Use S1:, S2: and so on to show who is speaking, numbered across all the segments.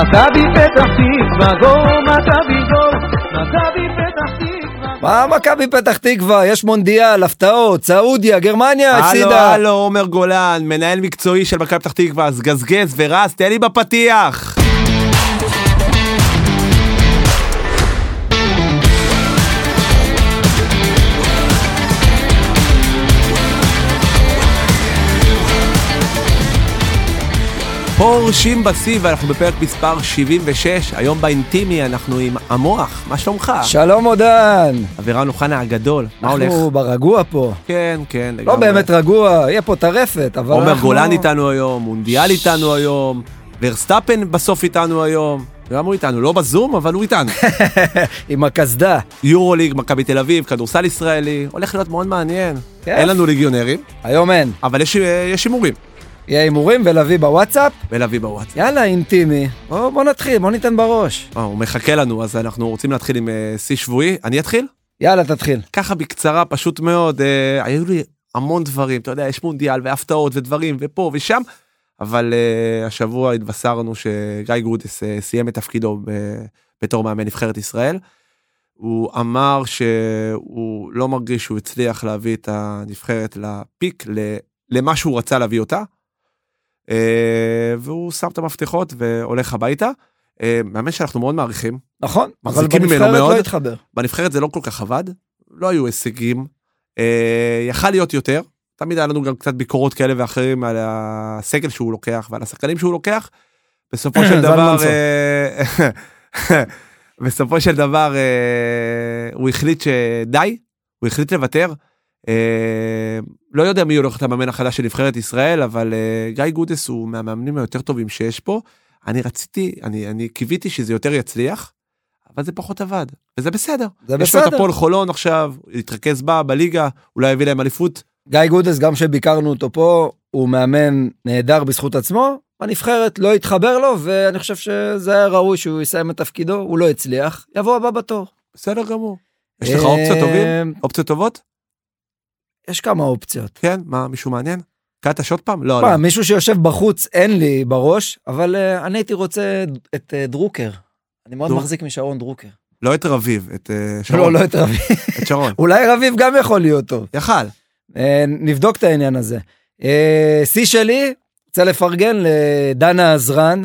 S1: מכבי פתח תקווה, גו, מכבי גו, מכבי פתח תקווה.
S2: מה מכבי פתח תקווה? יש מונדיאל, הפתעות, סעודיה, גרמניה,
S3: הלו,
S2: הפסידה.
S3: הלו, עומר גולן, מנהל מקצועי של מכבי פתח תקווה, אז גזגז ורז, תן לי בפתיח. פורשים בשיא ואנחנו בפרק מספר 76, היום באינטימי אנחנו עם המוח, מה שלומך?
S2: שלום עודן.
S3: אבירן אוחנה הגדול, מה הולך?
S2: אנחנו ברגוע פה.
S3: כן, כן,
S2: לא באמת רגוע, יהיה פה טרפת, אבל אנחנו...
S3: עומר גולן איתנו היום, מונדיאל איתנו היום, ורסטאפן בסוף איתנו היום. גם הוא איתנו, לא בזום, אבל הוא איתנו.
S2: עם הקסדה.
S3: יורוליג, מכבי תל אביב, כדורסל ישראלי, הולך להיות מאוד מעניין.
S2: כיף.
S3: אין לנו ליגיונרים,
S2: היום אין.
S3: אבל יש אה, יש הימורים.
S2: יהיה הימורים ולהביא בוואטסאפ?
S3: ולהביא בוואטסאפ.
S2: יאללה, אינטימי. בוא בוא נתחיל, בוא ניתן בראש.
S3: אה, הוא מחכה לנו, אז אנחנו רוצים להתחיל עם אה, שיא שבועי. אני אתחיל?
S2: יאללה, תתחיל.
S3: ככה בקצרה, פשוט מאוד, אה, היו לי המון דברים, אתה יודע, יש מונדיאל והפתעות ודברים ופה ושם, אבל אה, השבוע התבשרנו שגיא גודס אה, סיים את תפקידו ב, בתור מאמן נבחרת ישראל. הוא אמר שהוא לא מרגיש שהוא הצליח להביא את הנבחרת לפיק, ל- למה שהוא רצה להביא אותה, אה, והוא שם את המפתחות והולך הביתה. אה, מאמן שאנחנו מאוד מעריכים,
S2: נכון, אבל
S3: מחזיקים ממנו
S2: בנבחרת
S3: מאוד.
S2: לא התחבר.
S3: בנבחרת זה לא כל כך עבד, לא היו הישגים, אה, יכל להיות יותר, תמיד היה לנו גם קצת ביקורות כאלה ואחרים על הסגל שהוא לוקח ועל השחקנים שהוא לוקח. בסופו של דבר,
S2: זלמנסון.
S3: אה, בסופו של דבר אה, הוא החליט שדי, הוא החליט לוותר. אה, לא יודע מי הולך להיות המאמן החדש של נבחרת ישראל, אבל אה, גיא גודס הוא מהמאמנים היותר טובים שיש פה. אני רציתי, אני, אני קיוויתי שזה יותר יצליח, אבל זה פחות עבד, וזה בסדר.
S2: זה
S3: יש לו את
S2: בסדר.
S3: הפועל חולון עכשיו, יתרכז בה, בליגה, אולי יביא להם אליפות.
S2: גיא גודס, גם שביקרנו אותו פה, הוא מאמן נהדר בזכות עצמו, הנבחרת לא התחבר לו, ואני חושב שזה היה ראוי שהוא יסיים את תפקידו, הוא לא הצליח, יבוא הבא בתור.
S3: בסדר גמור. יש לך אופציות טובים?
S2: אה,
S3: אופציות טובות?
S2: יש כמה אופציות.
S3: כן, מה, מישהו מעניין? קטש עוד פעם? לא, לא.
S2: מה, מישהו שיושב בחוץ אין לי בראש, אבל אה, אני הייתי רוצה את אה, דרוקר. אני מאוד
S3: דרוק-
S2: מחזיק משרון דרוקר.
S3: לא את רביב, את אה,
S2: לא,
S3: שרון.
S2: לא את רביב.
S3: את שרון.
S2: אולי רביב גם יכול להיות טוב.
S3: יכל.
S2: אה, נבדוק את העניין הזה. אה, שיא שלי, רוצה לפרגן לדנה עזרן,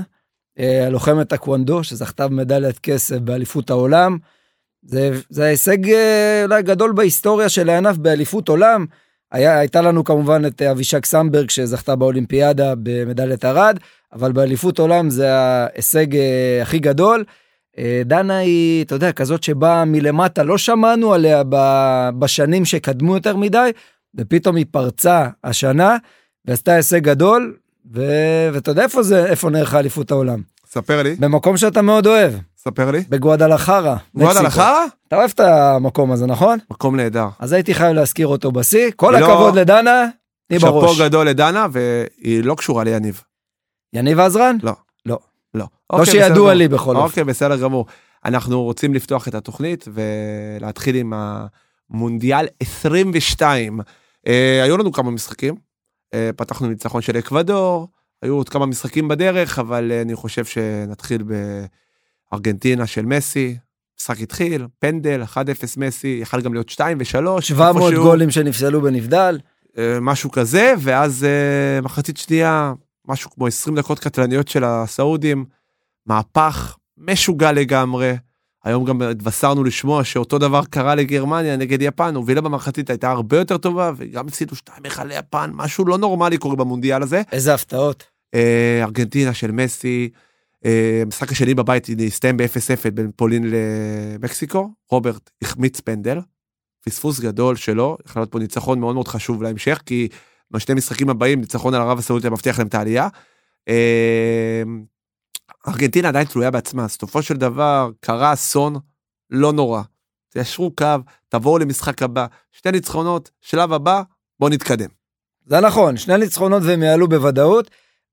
S2: אה, הלוחמת טקוונדו, שזכתה במדליית כסף באליפות העולם. זה, זה ההישג אה, אולי גדול בהיסטוריה של הענף באליפות עולם. היה, הייתה לנו כמובן את אה, אבישג סמברג שזכתה באולימפיאדה במדליית ארד, אבל באליפות עולם זה ההישג אה, הכי גדול. אה, דנה היא, אתה יודע, כזאת שבאה מלמטה, לא שמענו עליה ב- בשנים שקדמו יותר מדי, ופתאום היא פרצה השנה, ועשתה הישג גדול, ו- ואתה יודע איפה זה, איפה נערכה אליפות העולם?
S3: ספר לי,
S2: במקום שאתה מאוד אוהב,
S3: ספר לי.
S2: בגואדלחרה.
S3: וואלה,
S2: מקסיקו.
S3: לך?
S2: אתה אוהב את המקום הזה, נכון?
S3: מקום נהדר.
S2: אז הייתי חייב להזכיר אותו בשיא. כל
S3: לא.
S2: הכבוד לדנה, תני
S3: שאפו
S2: בראש.
S3: גדול לדנה, והיא לא קשורה ליניב.
S2: יניב עזרן?
S3: לא.
S2: לא.
S3: לא.
S2: לא
S3: אוקיי,
S2: שידוע
S3: בסדר
S2: לי
S3: גמור.
S2: בכל אופן.
S3: אוקיי, בסדר גמור. אנחנו רוצים לפתוח את התוכנית ולהתחיל עם המונדיאל 22. אה, היו לנו כמה משחקים, אה, פתחנו עם ניצחון של אקוודור, היו עוד כמה משחקים בדרך, אבל אה, אני חושב שנתחיל בארגנטינה של מסי. משחק התחיל, פנדל, 1-0 מסי, יכל גם להיות 2 ו-3.
S2: 700 גולים שנפסלו בנבדל.
S3: אה, משהו כזה, ואז אה, מחצית שנייה, משהו כמו 20 דקות קטלניות של הסעודים, מהפך משוגע לגמרי. היום גם התבשרנו לשמוע שאותו דבר קרה לגרמניה נגד יפן, הובילה במחצית הייתה הרבה יותר טובה, וגם הפסידו 2-1 ליפן, משהו לא נורמלי קורה במונדיאל הזה.
S2: איזה הפתעות.
S3: אה, ארגנטינה של מסי, אה, המשחק השני בבית הסתיים ב-0-0 בין פולין למקסיקו, רוברט החמיץ פנדל, פספוס גדול שלו, יכול להיות פה ניצחון מאוד מאוד חשוב להמשך, כי בשני משחקים הבאים ניצחון על ערב הסעודית מבטיח להם את העלייה. אה, ארגנטינה עדיין תלויה בעצמה, אז בסופו של דבר קרה אסון לא נורא. תיישרו קו, תבואו למשחק הבא, שתי ניצחונות, שלב הבא, בואו נתקדם.
S2: זה נכון, שני ניצחונות והם יעלו בוודאות.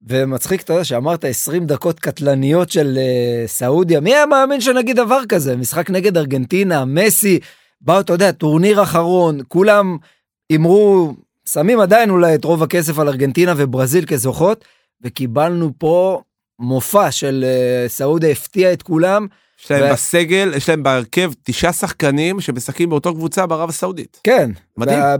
S2: ומצחיק, אתה יודע, שאמרת 20 דקות קטלניות של uh, סעודיה, מי היה מאמין שנגיד דבר כזה? משחק נגד ארגנטינה, מסי, באו, אתה יודע, טורניר אחרון, כולם הימרו, שמים עדיין אולי את רוב הכסף על ארגנטינה וברזיל כזוכות, וקיבלנו פה המופע של אה, סעודיה הפתיע את כולם.
S3: יש להם
S2: ו-
S3: בסגל, יש להם בהרכב תשעה שחקנים שמשחקים באותו קבוצה בערב הסעודית.
S2: כן.
S3: מדהים.
S2: וה-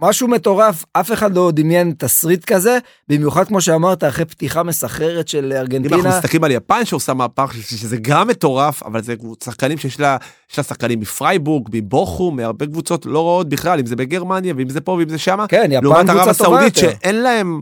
S2: משהו מטורף, אף אחד לא דמיין תסריט כזה, במיוחד כמו שאמרת, אחרי פתיחה מסחררת של
S3: אם אנחנו
S2: ארגנטינה.
S3: מסתכלים על יפן שעושה מהפך שזה גם מטורף אבל זה שחקנים שיש לה יש לה שחקנים מפרייבורג מבוכום מהרבה קבוצות לא רעות בכלל אם זה בגרמניה ואם זה פה ואם זה שמה.
S2: כן, יפן
S3: לעומת ערב
S2: קבוצה טובה
S3: הסעודית
S2: יותר.
S3: שאין להם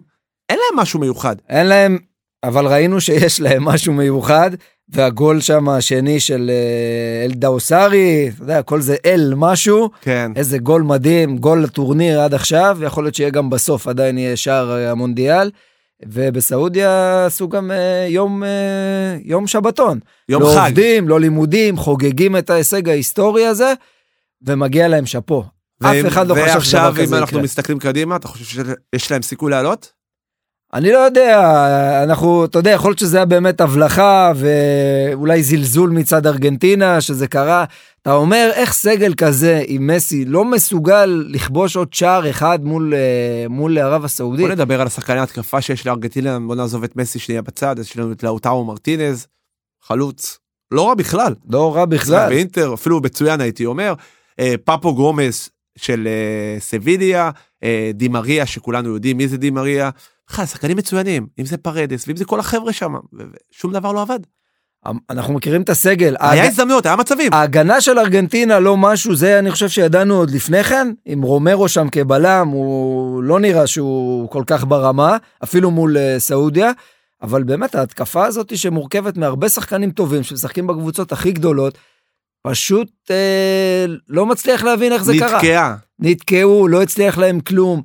S3: אין להם משהו מיוחד.
S2: אין להם, אבל ראינו שיש להם משהו מיוחד, והגול שם השני של אה, אל דאוסרי, אתה יודע, כל זה אל משהו,
S3: כן.
S2: איזה גול מדהים, גול לטורניר עד עכשיו, ויכול להיות שיהיה גם בסוף, עדיין יהיה שער אה, המונדיאל. ובסעודיה עשו גם אה, יום, אה, יום שבתון.
S3: יום
S2: לא
S3: חג.
S2: לא עובדים, לא לימודים, חוגגים את ההישג ההיסטורי הזה, ומגיע להם שאפו. אף אחד לא חשב שדבר
S3: ועכשיו אם
S2: כזה
S3: אנחנו
S2: יקרה.
S3: מסתכלים קדימה אתה חושב שיש להם סיכוי לעלות?
S2: אני לא יודע, אנחנו, אתה יודע, יכול להיות שזה היה באמת הבלחה ואולי זלזול מצד ארגנטינה שזה קרה. אתה אומר, איך סגל כזה עם מסי לא מסוגל לכבוש עוד שער אחד מול, אה, מול ערב הסעודית?
S3: בוא נדבר על השחקני התקפה שיש לארגנטינה בוא נעזוב את מסי שנייה בצד אז יש לנו את לאוטאו מרטינז חלוץ לא רע בכלל.
S2: לא רע בכלל.
S3: באינטר אפילו מצוין הייתי אומר אה, פאפו גומס של אה, סביליה אה, דימריה שכולנו יודעים מי זה דימריה. בכלל שחקנים מצוינים אם זה פרדס ואם זה כל החבר'ה שם ו- ושום דבר לא עבד.
S2: אנחנו מכירים את הסגל. אה,
S3: היה
S2: ההג-
S3: הזדמנויות היה מצבים.
S2: ההגנה של ארגנטינה לא משהו, זה אני חושב שידענו עוד לפני כן, עם רומרו שם כבלם, הוא לא נראה שהוא כל כך ברמה, אפילו מול אה, סעודיה, אבל באמת ההתקפה הזאת שמורכבת מהרבה שחקנים טובים שמשחקים בקבוצות הכי גדולות, פשוט אה, לא מצליח להבין איך זה קרה.
S3: נתקעה.
S2: נתקעו, לא הצליח להם כלום.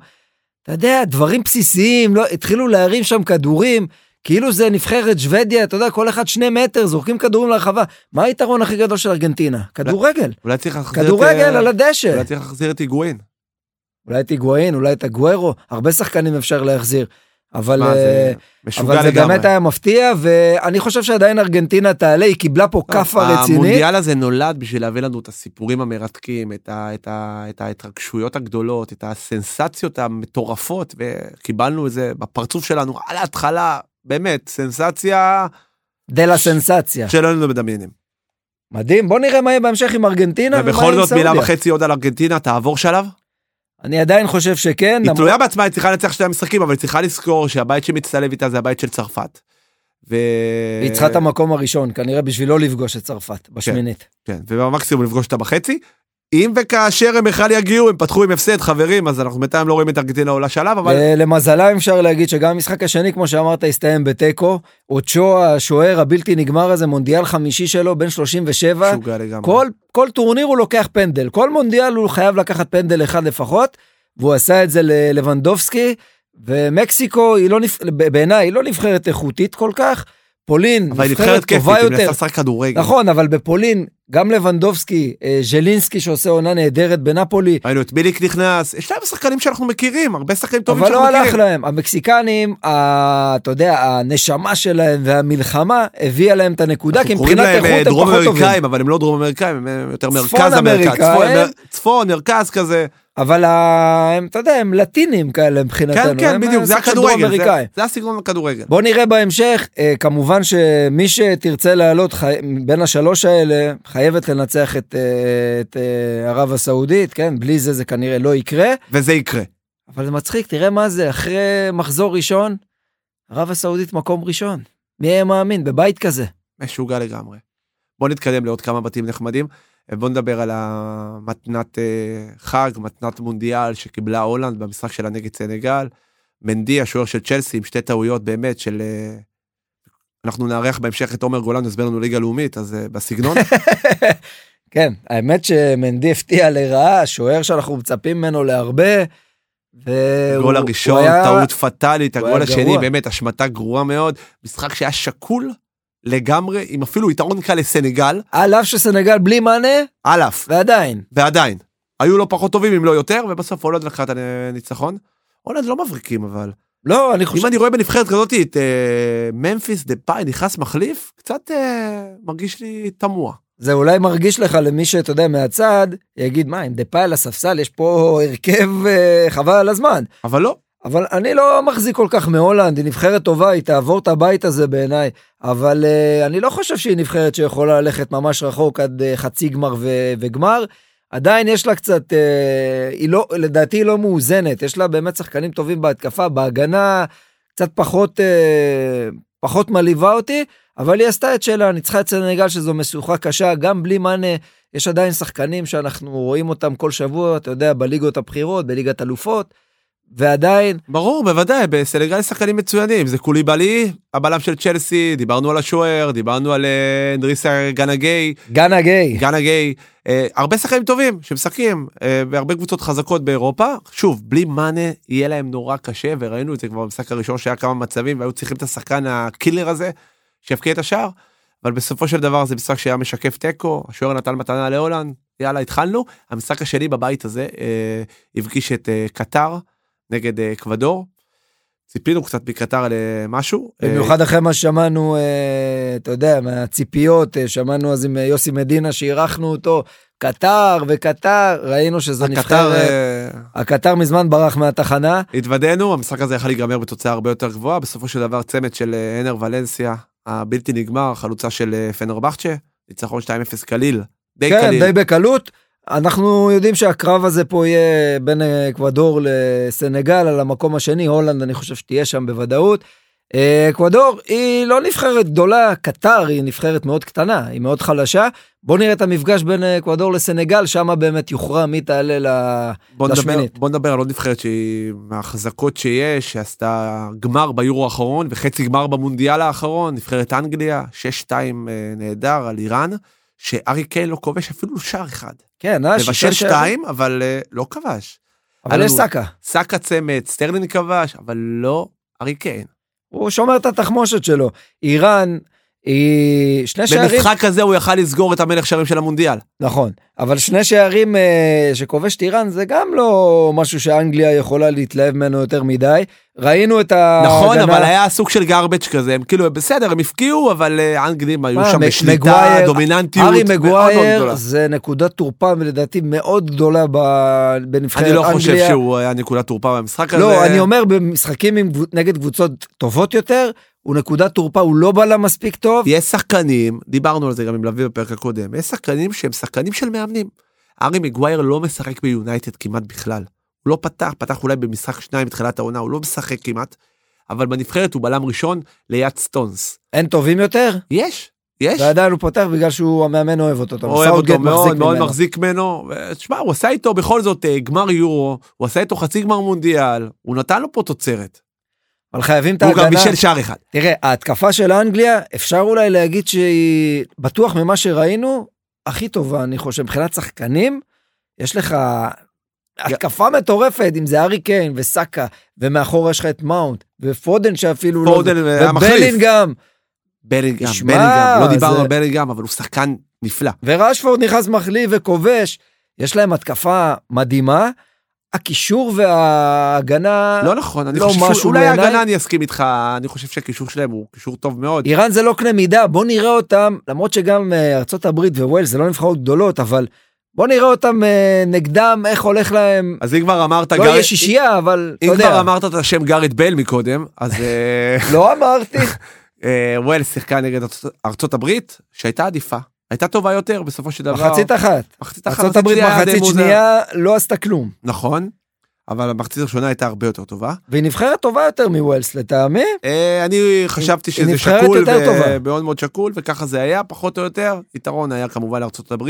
S2: אתה יודע, דברים בסיסיים, לא, התחילו להרים שם כדורים, כאילו זה נבחרת שוודיה, אתה יודע, כל אחד שני מטר, זורקים כדורים לרחבה. מה היתרון הכי גדול של ארגנטינה? כדורגל.
S3: אולי צריך להחזיר את,
S2: כדורגל לא-
S3: אה,
S2: על הדשא.
S3: אולי צריך להחזיר את היגואין.
S2: אולי את היגואין, אולי את הגוארו, הרבה שחקנים אפשר להחזיר. אבל,
S3: מה,
S2: אה,
S3: זה
S2: אבל
S3: משוגע
S2: זה
S3: לגמרי.
S2: באמת היה מפתיע, ואני חושב שעדיין ארגנטינה תעלה, היא קיבלה פה כאפה רצינית.
S3: אה, המונדיאל הזה נולד בשביל להביא לנו את הסיפורים המרתקים, את, ה, את, ה, את ההתרגשויות הגדולות, את הסנסציות המטורפות, וקיבלנו את זה בפרצוף שלנו על ההתחלה, באמת, סנסציה
S2: דה לה סנסציה.
S3: שלא היינו מדמיינים.
S2: מדהים, בוא נראה מה יהיה בהמשך עם ארגנטינה ומה עם סעודיה.
S3: ובכל זאת מילה וחצי עוד על ארגנטינה, תעבור שלב.
S2: כן, אני עדיין חושב שכן.
S3: היא
S2: למרות-
S3: תלויה בעצמה, היא צריכה לנצח שני המשחקים, אבל היא צריכה לזכור שהבית שמצטלב איתה זה הבית של צרפת. ו...
S2: היא צריכה את המקום הראשון, כנראה בשביל לא לפגוש את צרפת בשמינית.
S3: אה, כן, ובמקסימום לפגוש אותה בחצי. אם וכאשר הם בכלל יגיעו, הם פתחו עם הפסד, חברים, אז אנחנו בינתיים לא רואים את ארגנטינה עולה שלב, אבל
S2: ו- למזלם אה, אפשר להגיד שגם המשחק השני, כמו שאמרת, הסתיים בתיקו. אוצ'ו, השוער הבלתי נגמר הזה, מונדיאל חמישי שלו, בן 37.
S3: משוגע לגמרי.
S2: כל, כל טורניר הוא לוקח פנדל, כל מונדיאל הוא חייב לקחת פנדל אחד לפחות, והוא עשה את זה ללבנדובסקי, ומקסיקו, היא לא נבח... ב- בעיניי, היא לא נבחרת איכותית כל כך. פולין,
S3: אבל היא
S2: נבחרת
S3: נבחרת כיפית,
S2: טובה
S3: היא
S2: יותר.
S3: מנסה לשחק כדורגל.
S2: נכון, אבל בפולין, גם לבנדובסקי, אה, ז'לינסקי שעושה עונה נהדרת בנפולי,
S3: ראינו את מיליק נכנס, יש להם שחקנים שאנחנו מכירים, הרבה שחקנים טובים
S2: אבל
S3: שאנחנו
S2: לא
S3: מכירים.
S2: הלך להם. המקסיקנים, ה- אתה יודע, הנשמה שלהם והמלחמה הביאה להם את הנקודה, כי
S3: אנחנו
S2: מבחינת
S3: קוראים להם,
S2: איכות
S3: אה,
S2: הם
S3: דרום
S2: פחות טובים.
S3: אמריקאים, אבל הם לא דרום אמריקאים, הם אה, יותר
S2: צפון
S3: מרכז אמריקה,
S2: אמריקאים.
S3: צפון, אה, צפון, מרכז כזה.
S2: אבל ה- הם, אתה יודע, הם לטינים כאלה מבחינתנו.
S3: כן, כן,
S2: הם אה,
S3: בדיוק, זה
S2: סוג של
S3: הכדורגל, זה-
S2: דרום-אמריקאים.
S3: זה הסגנון הכדורגל.
S2: בוא נראה בהמשך, אה, כמובן שמי שתרצה לעלות חי... בין השלוש האלה, חייבת לנצח את, אה, את אה, ערב הסעודית, כן? בלי זה זה כנראה לא יקרה.
S3: וזה יקרה.
S2: אבל זה מצחיק, תראה מה זה, אחרי מחזור ראשון, ערב הסעודית מקום ראשון. מי היה מאמין? בבית כזה.
S3: משוגע לגמרי. בוא נתקדם לעוד כמה בתים נחמדים. בוא נדבר על המתנת אה, חג, מתנת מונדיאל שקיבלה הולנד במשחק שלה נגד סנגל. מנדי, השוער של צ'לסי, עם שתי טעויות באמת של... אה, אנחנו נארח בהמשך את עומר גולן, יסביר לנו ליגה לאומית, אז אה, בסגנון.
S2: כן, האמת שמנדי הפתיע לרעה, שוער שאנחנו מצפים ממנו להרבה. והוא-
S3: הגול הראשון,
S2: הוא היה-
S3: טעות פטאלית,
S2: הוא
S3: הגול
S2: היה
S3: השני,
S2: גרוע.
S3: באמת, השמטה גרועה מאוד. משחק שהיה שקול לגמרי, עם אפילו יתרון קל לסנגל,
S2: על אף שסנגל בלי מענה,
S3: אלף.
S2: ועדיין.
S3: ועדיין, היו לא פחות טובים אם לא יותר, ובסוף הולנד לקחה את הניצחון. הולנד לא מבריקים אבל.
S2: לא, אני חושב...
S3: אם אני רואה בנבחרת כזאת את אה, ממפיס דה פאי נכנס מחליף, קצת אה, מרגיש לי תמוה.
S2: זה אולי מרגיש לך למי שאתה יודע מהצד, יגיד, מה, עם דה פאי על הספסל יש פה הרכב אה, חבל על הזמן.
S3: אבל לא,
S2: אבל אני לא מחזיק כל כך מהולנד, היא נבחרת טובה, היא תעבור את הבית הזה בעיניי, אבל uh, אני לא חושב שהיא נבחרת שיכולה ללכת ממש רחוק עד uh, חצי גמר ו- וגמר. עדיין יש לה קצת, אה, היא לא, לדעתי היא לא מאוזנת, יש לה באמת שחקנים טובים בהתקפה, בהגנה קצת פחות, אה, פחות מלהיבה אותי, אבל היא עשתה את שלה, ניצחה את סנגל שזו משוכה קשה, גם בלי מאנה, יש עדיין שחקנים שאנחנו רואים אותם כל שבוע, אתה יודע, בליגות הבכירות, בליגת אלופות, ועדיין,
S3: ברור, בוודאי, בסנגל יש שחקנים מצוינים, זה קוליבאלי, הבלם של צ'לסי, דיברנו על השוער, דיברנו על אה, אנדריסה גנגי,
S2: גאנה גיי,
S3: גאנה גיי, אה, הרבה שחקנים טובים שמשחקים אה, בהרבה קבוצות חזקות באירופה. שוב, בלי מאנה יהיה להם נורא קשה, וראינו את זה כבר במשחק הראשון שהיה כמה מצבים והיו צריכים את השחקן הקילר הזה שיבקיע את השער, אבל בסופו של דבר זה משחק שהיה משקף תיקו, השוער נתן מתנה להולנד, יאללה התחלנו. המשחק השני בבית הזה אה, הפגיש את אה, קטר נגד אה, אקוודור. ציפינו קצת מקטר למשהו. אה,
S2: במיוחד אחרי מה ששמענו, אה, אתה יודע, מהציפיות, אה, שמענו אז עם אה, יוסי מדינה שאירחנו אותו, קטר וקטר, ראינו שזה
S3: הקטר
S2: נבחרת.
S3: אה,
S2: הקטר מזמן ברח מהתחנה,
S3: התוודענו, המשחק הזה יכול להיגמר בתוצאה הרבה יותר גבוהה, בסופו של דבר צמד של אה, הנר ולנסיה, הבלתי נגמר, חלוצה של אה, פנרבחצ'ה, ניצחון 2-0 קליל, די
S2: כן,
S3: קליל.
S2: די בקלות. אנחנו יודעים שהקרב הזה פה יהיה בין אה, אקוודור לסנגל על המקום השני, הולנד אני חושב שתהיה שם בוודאות. אה, אקוודור היא לא נבחרת גדולה, קטר היא נבחרת מאוד קטנה, היא מאוד חלשה. בואו נראה את המפגש בין אה, אקוודור לסנגל, שם באמת יוכרע מי תעלה ל-
S3: בוא נדבר,
S2: לשמינית.
S3: בוא נדבר על עוד נבחרת שהיא מהחזקות שיש, שעשתה גמר ביורו האחרון וחצי גמר במונדיאל האחרון, נבחרת אנגליה, 6-2 אה, נהדר על איראן, שארי קיין לא כובש אפילו שער אחד.
S2: כן, אה,
S3: מבשל
S2: שישה שערים.
S3: שתיים, אבל אה, לא כבש.
S2: אבל יש
S3: אלו-
S2: סאקה,
S3: סאקה צמד, סטרלין כבש, אבל לא ארי קיין.
S2: הוא שומר את התחמושת שלו. איראן, היא שני שערים
S3: במשחק הזה הוא יכל לסגור את המלך שערים של המונדיאל.
S2: נכון, אבל שני שערים אה, שכובשת איראן זה גם לא משהו שאנגליה יכולה להתלהב ממנו יותר מדי. ראינו את ההגנה...
S3: נכון, אבל היה סוג של גארבג' כזה, הם כאילו בסדר, הם הפקיעו, אבל אה, האנגלים היו
S2: מה,
S3: שם
S2: מ-
S3: בשליטה,
S2: מגווייר,
S3: דומיננטיות
S2: ארי
S3: מאוד מאוד
S2: מגווייר
S3: גדולה.
S2: זה נקודת תורפה לדעתי מאוד גדולה ב- בנבחרת
S3: אני
S2: אנגליה.
S3: לא חושב שהוא היה נקודת תורפה במשחק הזה.
S2: לא, אני אומר במשחקים עם, קבוצ- נגד קבוצות טובות יותר, הוא נקודת תורפה, הוא לא בלם מספיק טוב.
S3: יש שחקנים, דיברנו על זה גם עם לביא בפרק הקודם, יש שחקנים שהם שחקנים של מאמנים. ארי מגווייר לא משחק ביונייטד כמעט בכלל. הוא לא פתח, פתח אולי במשחק שניים בתחילת העונה, הוא לא משחק כמעט, אבל בנבחרת הוא בלם ראשון ליד סטונס.
S2: אין טובים יותר,
S3: יש, יש.
S2: ועדיין הוא פותח בגלל שהוא, המאמן אוהב אותו. אתה יודע,
S3: אוהב
S2: סאוטגייט
S3: אותו מאוד
S2: מחזיק
S3: מאוד
S2: ממנו.
S3: מחזיק ממנו. ו- תשמע, הוא עשה איתו בכל זאת אה, גמר יורו, הוא עשה איתו חצי גמר מונדיאל, הוא נתן לו פה תוצרת.
S2: אבל חייבים את
S3: הוא גם
S2: ההגנה.
S3: בישל שער אחד.
S2: תראה, ההתקפה של אנגליה, אפשר אולי להגיד שהיא, בטוח ממה שראינו, הכי טובה, אני חושב, מבחינת שחקנים, יש לך התקפה מטורפת, אם זה ארי קיין וסאקה, ומאחורה יש לך את מאונט, ופודן שאפילו לא...
S3: פודן היה מחליף.
S2: ובלינגהם,
S3: אה, בלינגהם,
S2: תשמע,
S3: בלינגהם, לא דיברנו
S2: זה-
S3: על בלינגהם, אבל הוא שחקן נפלא.
S2: ורשפורד נכנס מחליף וכובש, יש להם התקפה מדהימה, הקישור וההגנה...
S3: לא נכון, אני
S2: לא
S3: חושב
S2: משהו
S3: שאולי
S2: בעיניי.
S3: ההגנה אני אסכים איתך, אני חושב שהקישור שלהם הוא קישור טוב מאוד.
S2: איראן זה לא קנה מידה, בוא נראה אותם, למרות שגם אה, ארצות הברית וווילס זה לא נבחרות גדולות, אבל בוא נראה אותם אה, נגדם, איך הולך להם,
S3: אז אם כבר אמרת,
S2: לא
S3: גארד-
S2: יהיה שישייה, אבל אתה
S3: אם כבר
S2: יודע,
S3: אמרת את השם גארד בייל מקודם, אז אה,
S2: לא אמרתי,
S3: אה, ווילס שיחקה נגד ארצות- ארצות הברית, שהייתה עדיפה, הייתה טובה יותר בסופו של דבר.
S2: מחצית אחת.
S3: מחצית אחת,
S2: ארצות הברית
S3: שנייה, די
S2: מחצית
S3: מוזר.
S2: שנייה לא עשתה כלום,
S3: נכון, אבל המחצית הראשונה הייתה הרבה יותר טובה.
S2: והיא נבחרת טובה יותר מווילס לטעמי,
S3: אה, אני חשבתי
S2: היא
S3: שזה
S2: נבחרת
S3: שקול,
S2: יותר טובה.
S3: מאוד מאוד שקול, וככה זה היה, פחות או יותר. יתרון היה כמובן לארה"ב.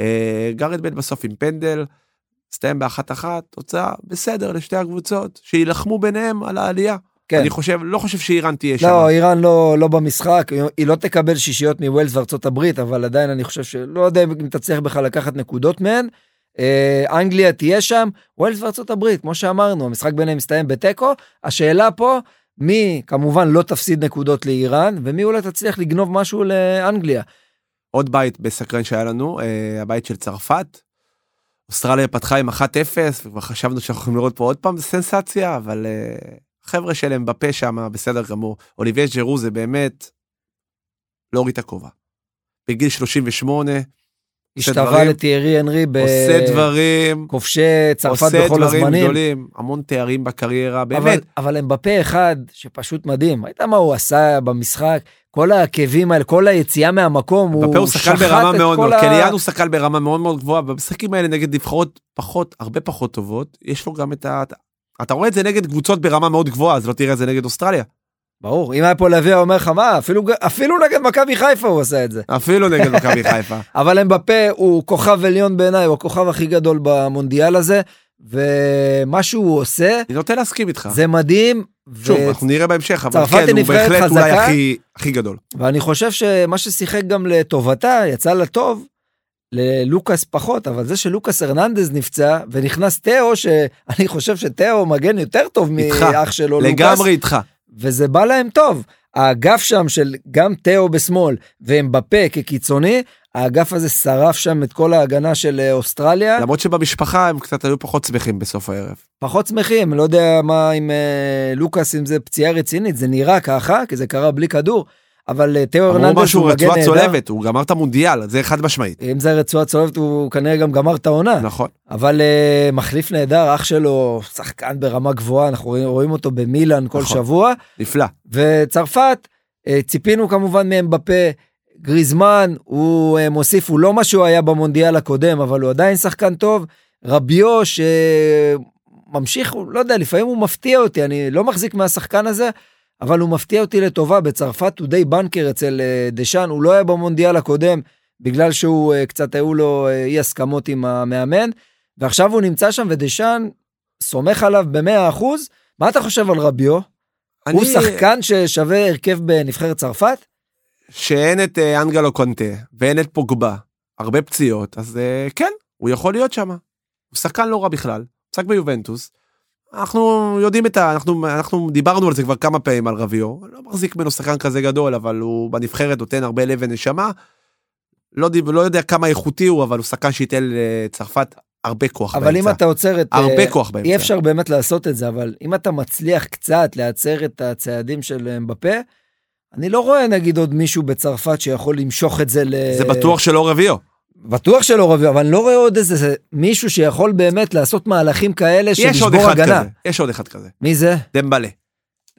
S3: אה, גארד בן בסוף עם פנדל, הסתיים באחת אחת, תוצאה בסדר לשתי הקבוצות, שיילחמו ביניהם על העלייה.
S2: כן.
S3: אני חושב, לא חושב שאיראן תהיה שם.
S2: לא, איראן לא, לא במשחק, היא- היא לא תקבל שישיות מווילס וארצות הברית, אבל עדיין אני חושב שלא יודע אם תצליח בכלל לקחת נקודות מהן. אה, אנגליה תהיה שם, ווילס וארצות הברית, כמו שאמרנו, המשחק ביניהם מסתיים בתיקו. השאלה פה, מי כמובן לא תפסיד נקודות לאיראן, ומי אולי תצליח לגנוב משהו לאנגליה.
S3: עוד בית בסקרן שהיה לנו, אה, הבית של צרפת. אוסטרליה פתחה עם 1-0, וכבר חשבנו שאנחנו יכולים לראות פה עוד פעם סנסציה, אבל אה, החבר'ה שלהם בפה שם, בסדר גמור. אוליביה ג'רו זה באמת להוריד את הכובע. בגיל 38,
S2: השתווה
S3: דברים-
S2: לתיארי הנרי
S3: עושה דברים,
S2: בכובשי צרפת
S3: עושה
S2: בכל
S3: דברים
S2: הזמנים.
S3: גדולים, המון תארים בקריירה,
S2: אבל,
S3: באמת.
S2: אבל הם בפה אחד שפשוט מדהים. ראית מה הוא עשה במשחק? כל העקבים האלה, כל היציאה מהמקום,
S3: בפה הוא שחקן
S2: שחט
S3: ברמה
S2: את
S3: מאוד
S2: כל
S3: מאוד,
S2: ה-
S3: קליאן הוא שחקן ברמה מאוד מאוד גבוהה, במשחקים האלה נגד נבחרות פחות, הרבה פחות טובות, יש לו גם את ה... אתה- אתה רואה את זה נגד קבוצות ברמה מאוד גבוהה, אז לא תראה את זה נגד אוסטרליה.
S2: ברור, אם היה פה לוי היה אומר לך מה, אפילו, אפילו נגד מכבי חיפה הוא עשה את זה.
S3: אפילו לא נגד מכבי חיפה.
S2: אבל אמבפה הוא כוכב עליון בעיניי, הוא הכוכב הכי גדול במונדיאל הזה, ומה שהוא עושה
S3: אני נוטה להסכים איתך.
S2: זה מדהים. ו-
S3: אה. שוב, אנחנו נראה בהמשך, אבל
S2: צרפת
S3: כן,
S2: היא
S3: הוא
S2: נבחרת
S3: בהחלט אולי
S2: חזקה.
S3: הכי- הכי גדול.
S2: ואני חושב שמה ששיחק גם לטובתה, יצא לטוב, ללוקאס פחות, אבל זה שלוקאס הרננדז נפצע ונכנס תאו, שאני חושב שתאו מגן יותר טוב
S3: איתך,
S2: מאח שלו לוקאס,
S3: לגמרי איתך.
S2: וזה בא להם טוב. האגף שם של גם תאו בשמאל ואמבפה כקיצוני, האגף הזה שרף שם את כל ההגנה של אה, אוסטרליה.
S3: למרות שבמשפחה הם קצת היו פחות שמחים בסוף הערב.
S2: פחות שמחים, לא יודע מה עם אה, לוקאס, אם זה פציעה רצינית, זה נראה ככה, כי זה קרה בלי כדור, אבל אה, תאו
S3: אמרו
S2: הרננדז
S3: משהו
S2: הוא מגן
S3: רצועה
S2: נהדר.
S3: צולבת, הוא גמר את המונדיאל, זה חד משמעית.
S2: אם זה רצועה צולבת הוא כנראה גם גמר את העונה.
S3: נכון.
S2: אבל אה, מחליף נהדר, אח שלו שחקן ברמה גבוהה, אנחנו רואים- רואים אותו במילאן כל
S3: נכון.
S2: שבוע.
S3: נפלא.
S2: וצרפת, אה, ציפינו כמובן מהם בפה. גריזמן, הוא אה, מוסיף, הוא לא מה שהוא היה במונדיאל הקודם, אבל הוא עדיין שחקן טוב. רביו שממשיך, הוא- לא יודע, לפעמים הוא מפתיע אותי, אני לא מחזיק מהשחקן הזה, אבל הוא מפתיע אותי לטובה. בצרפת הוא די בנקר אצל אה, דשאן, הוא לא היה במונדיאל הקודם, בגלל שהוא אה, קצת היו לו אה, אי הסכמות עם המאמן, ועכשיו הוא נמצא שם ודשאן סומך עליו במאה אחוז. מה אתה חושב על רביו?
S3: אני-
S2: הוא שחקן ששווה הרכב בנבחרת צרפת?
S3: שאין את אה, אנגלו קונטה ואין את פוגבה, הרבה פציעות, אז אה, כן, הוא יכול להיות שם. הוא שחקן לא רע בכלל, הוא שחק ביובנטוס. אנחנו יודעים את ה... אנחנו, אנחנו דיברנו על זה כבר כמה פעמים על רביו, לא מחזיק ממנו שחקן כזה גדול, אבל הוא בנבחרת נותן הרבה לב ונשמה. לא, דיב- לא יודע כמה איכותי הוא, אבל הוא שחקן שייתן אה, לצרפת הרבה כוח
S2: אבל אם
S3: באמצע.
S2: אתה עוצר את... אה,
S3: הרבה כוח באמצע.
S2: אי אפשר באמת לעשות את זה, אבל אם אתה מצליח קצת להצר את הצעדים של מבפה, אני לא רואה נגיד עוד מישהו בצרפת שיכול למשוך את זה ל...
S3: זה בטוח שלא רביו.
S2: בטוח שלא רביו, אבל אני לא רואה עוד איזה זה- מישהו שיכול באמת לעשות מהלכים כאלה של
S3: יש עוד
S2: לשבור
S3: אחד
S2: הגנה.
S3: כזה, יש עוד אחד כזה,
S2: מי זה?
S3: דמבלה.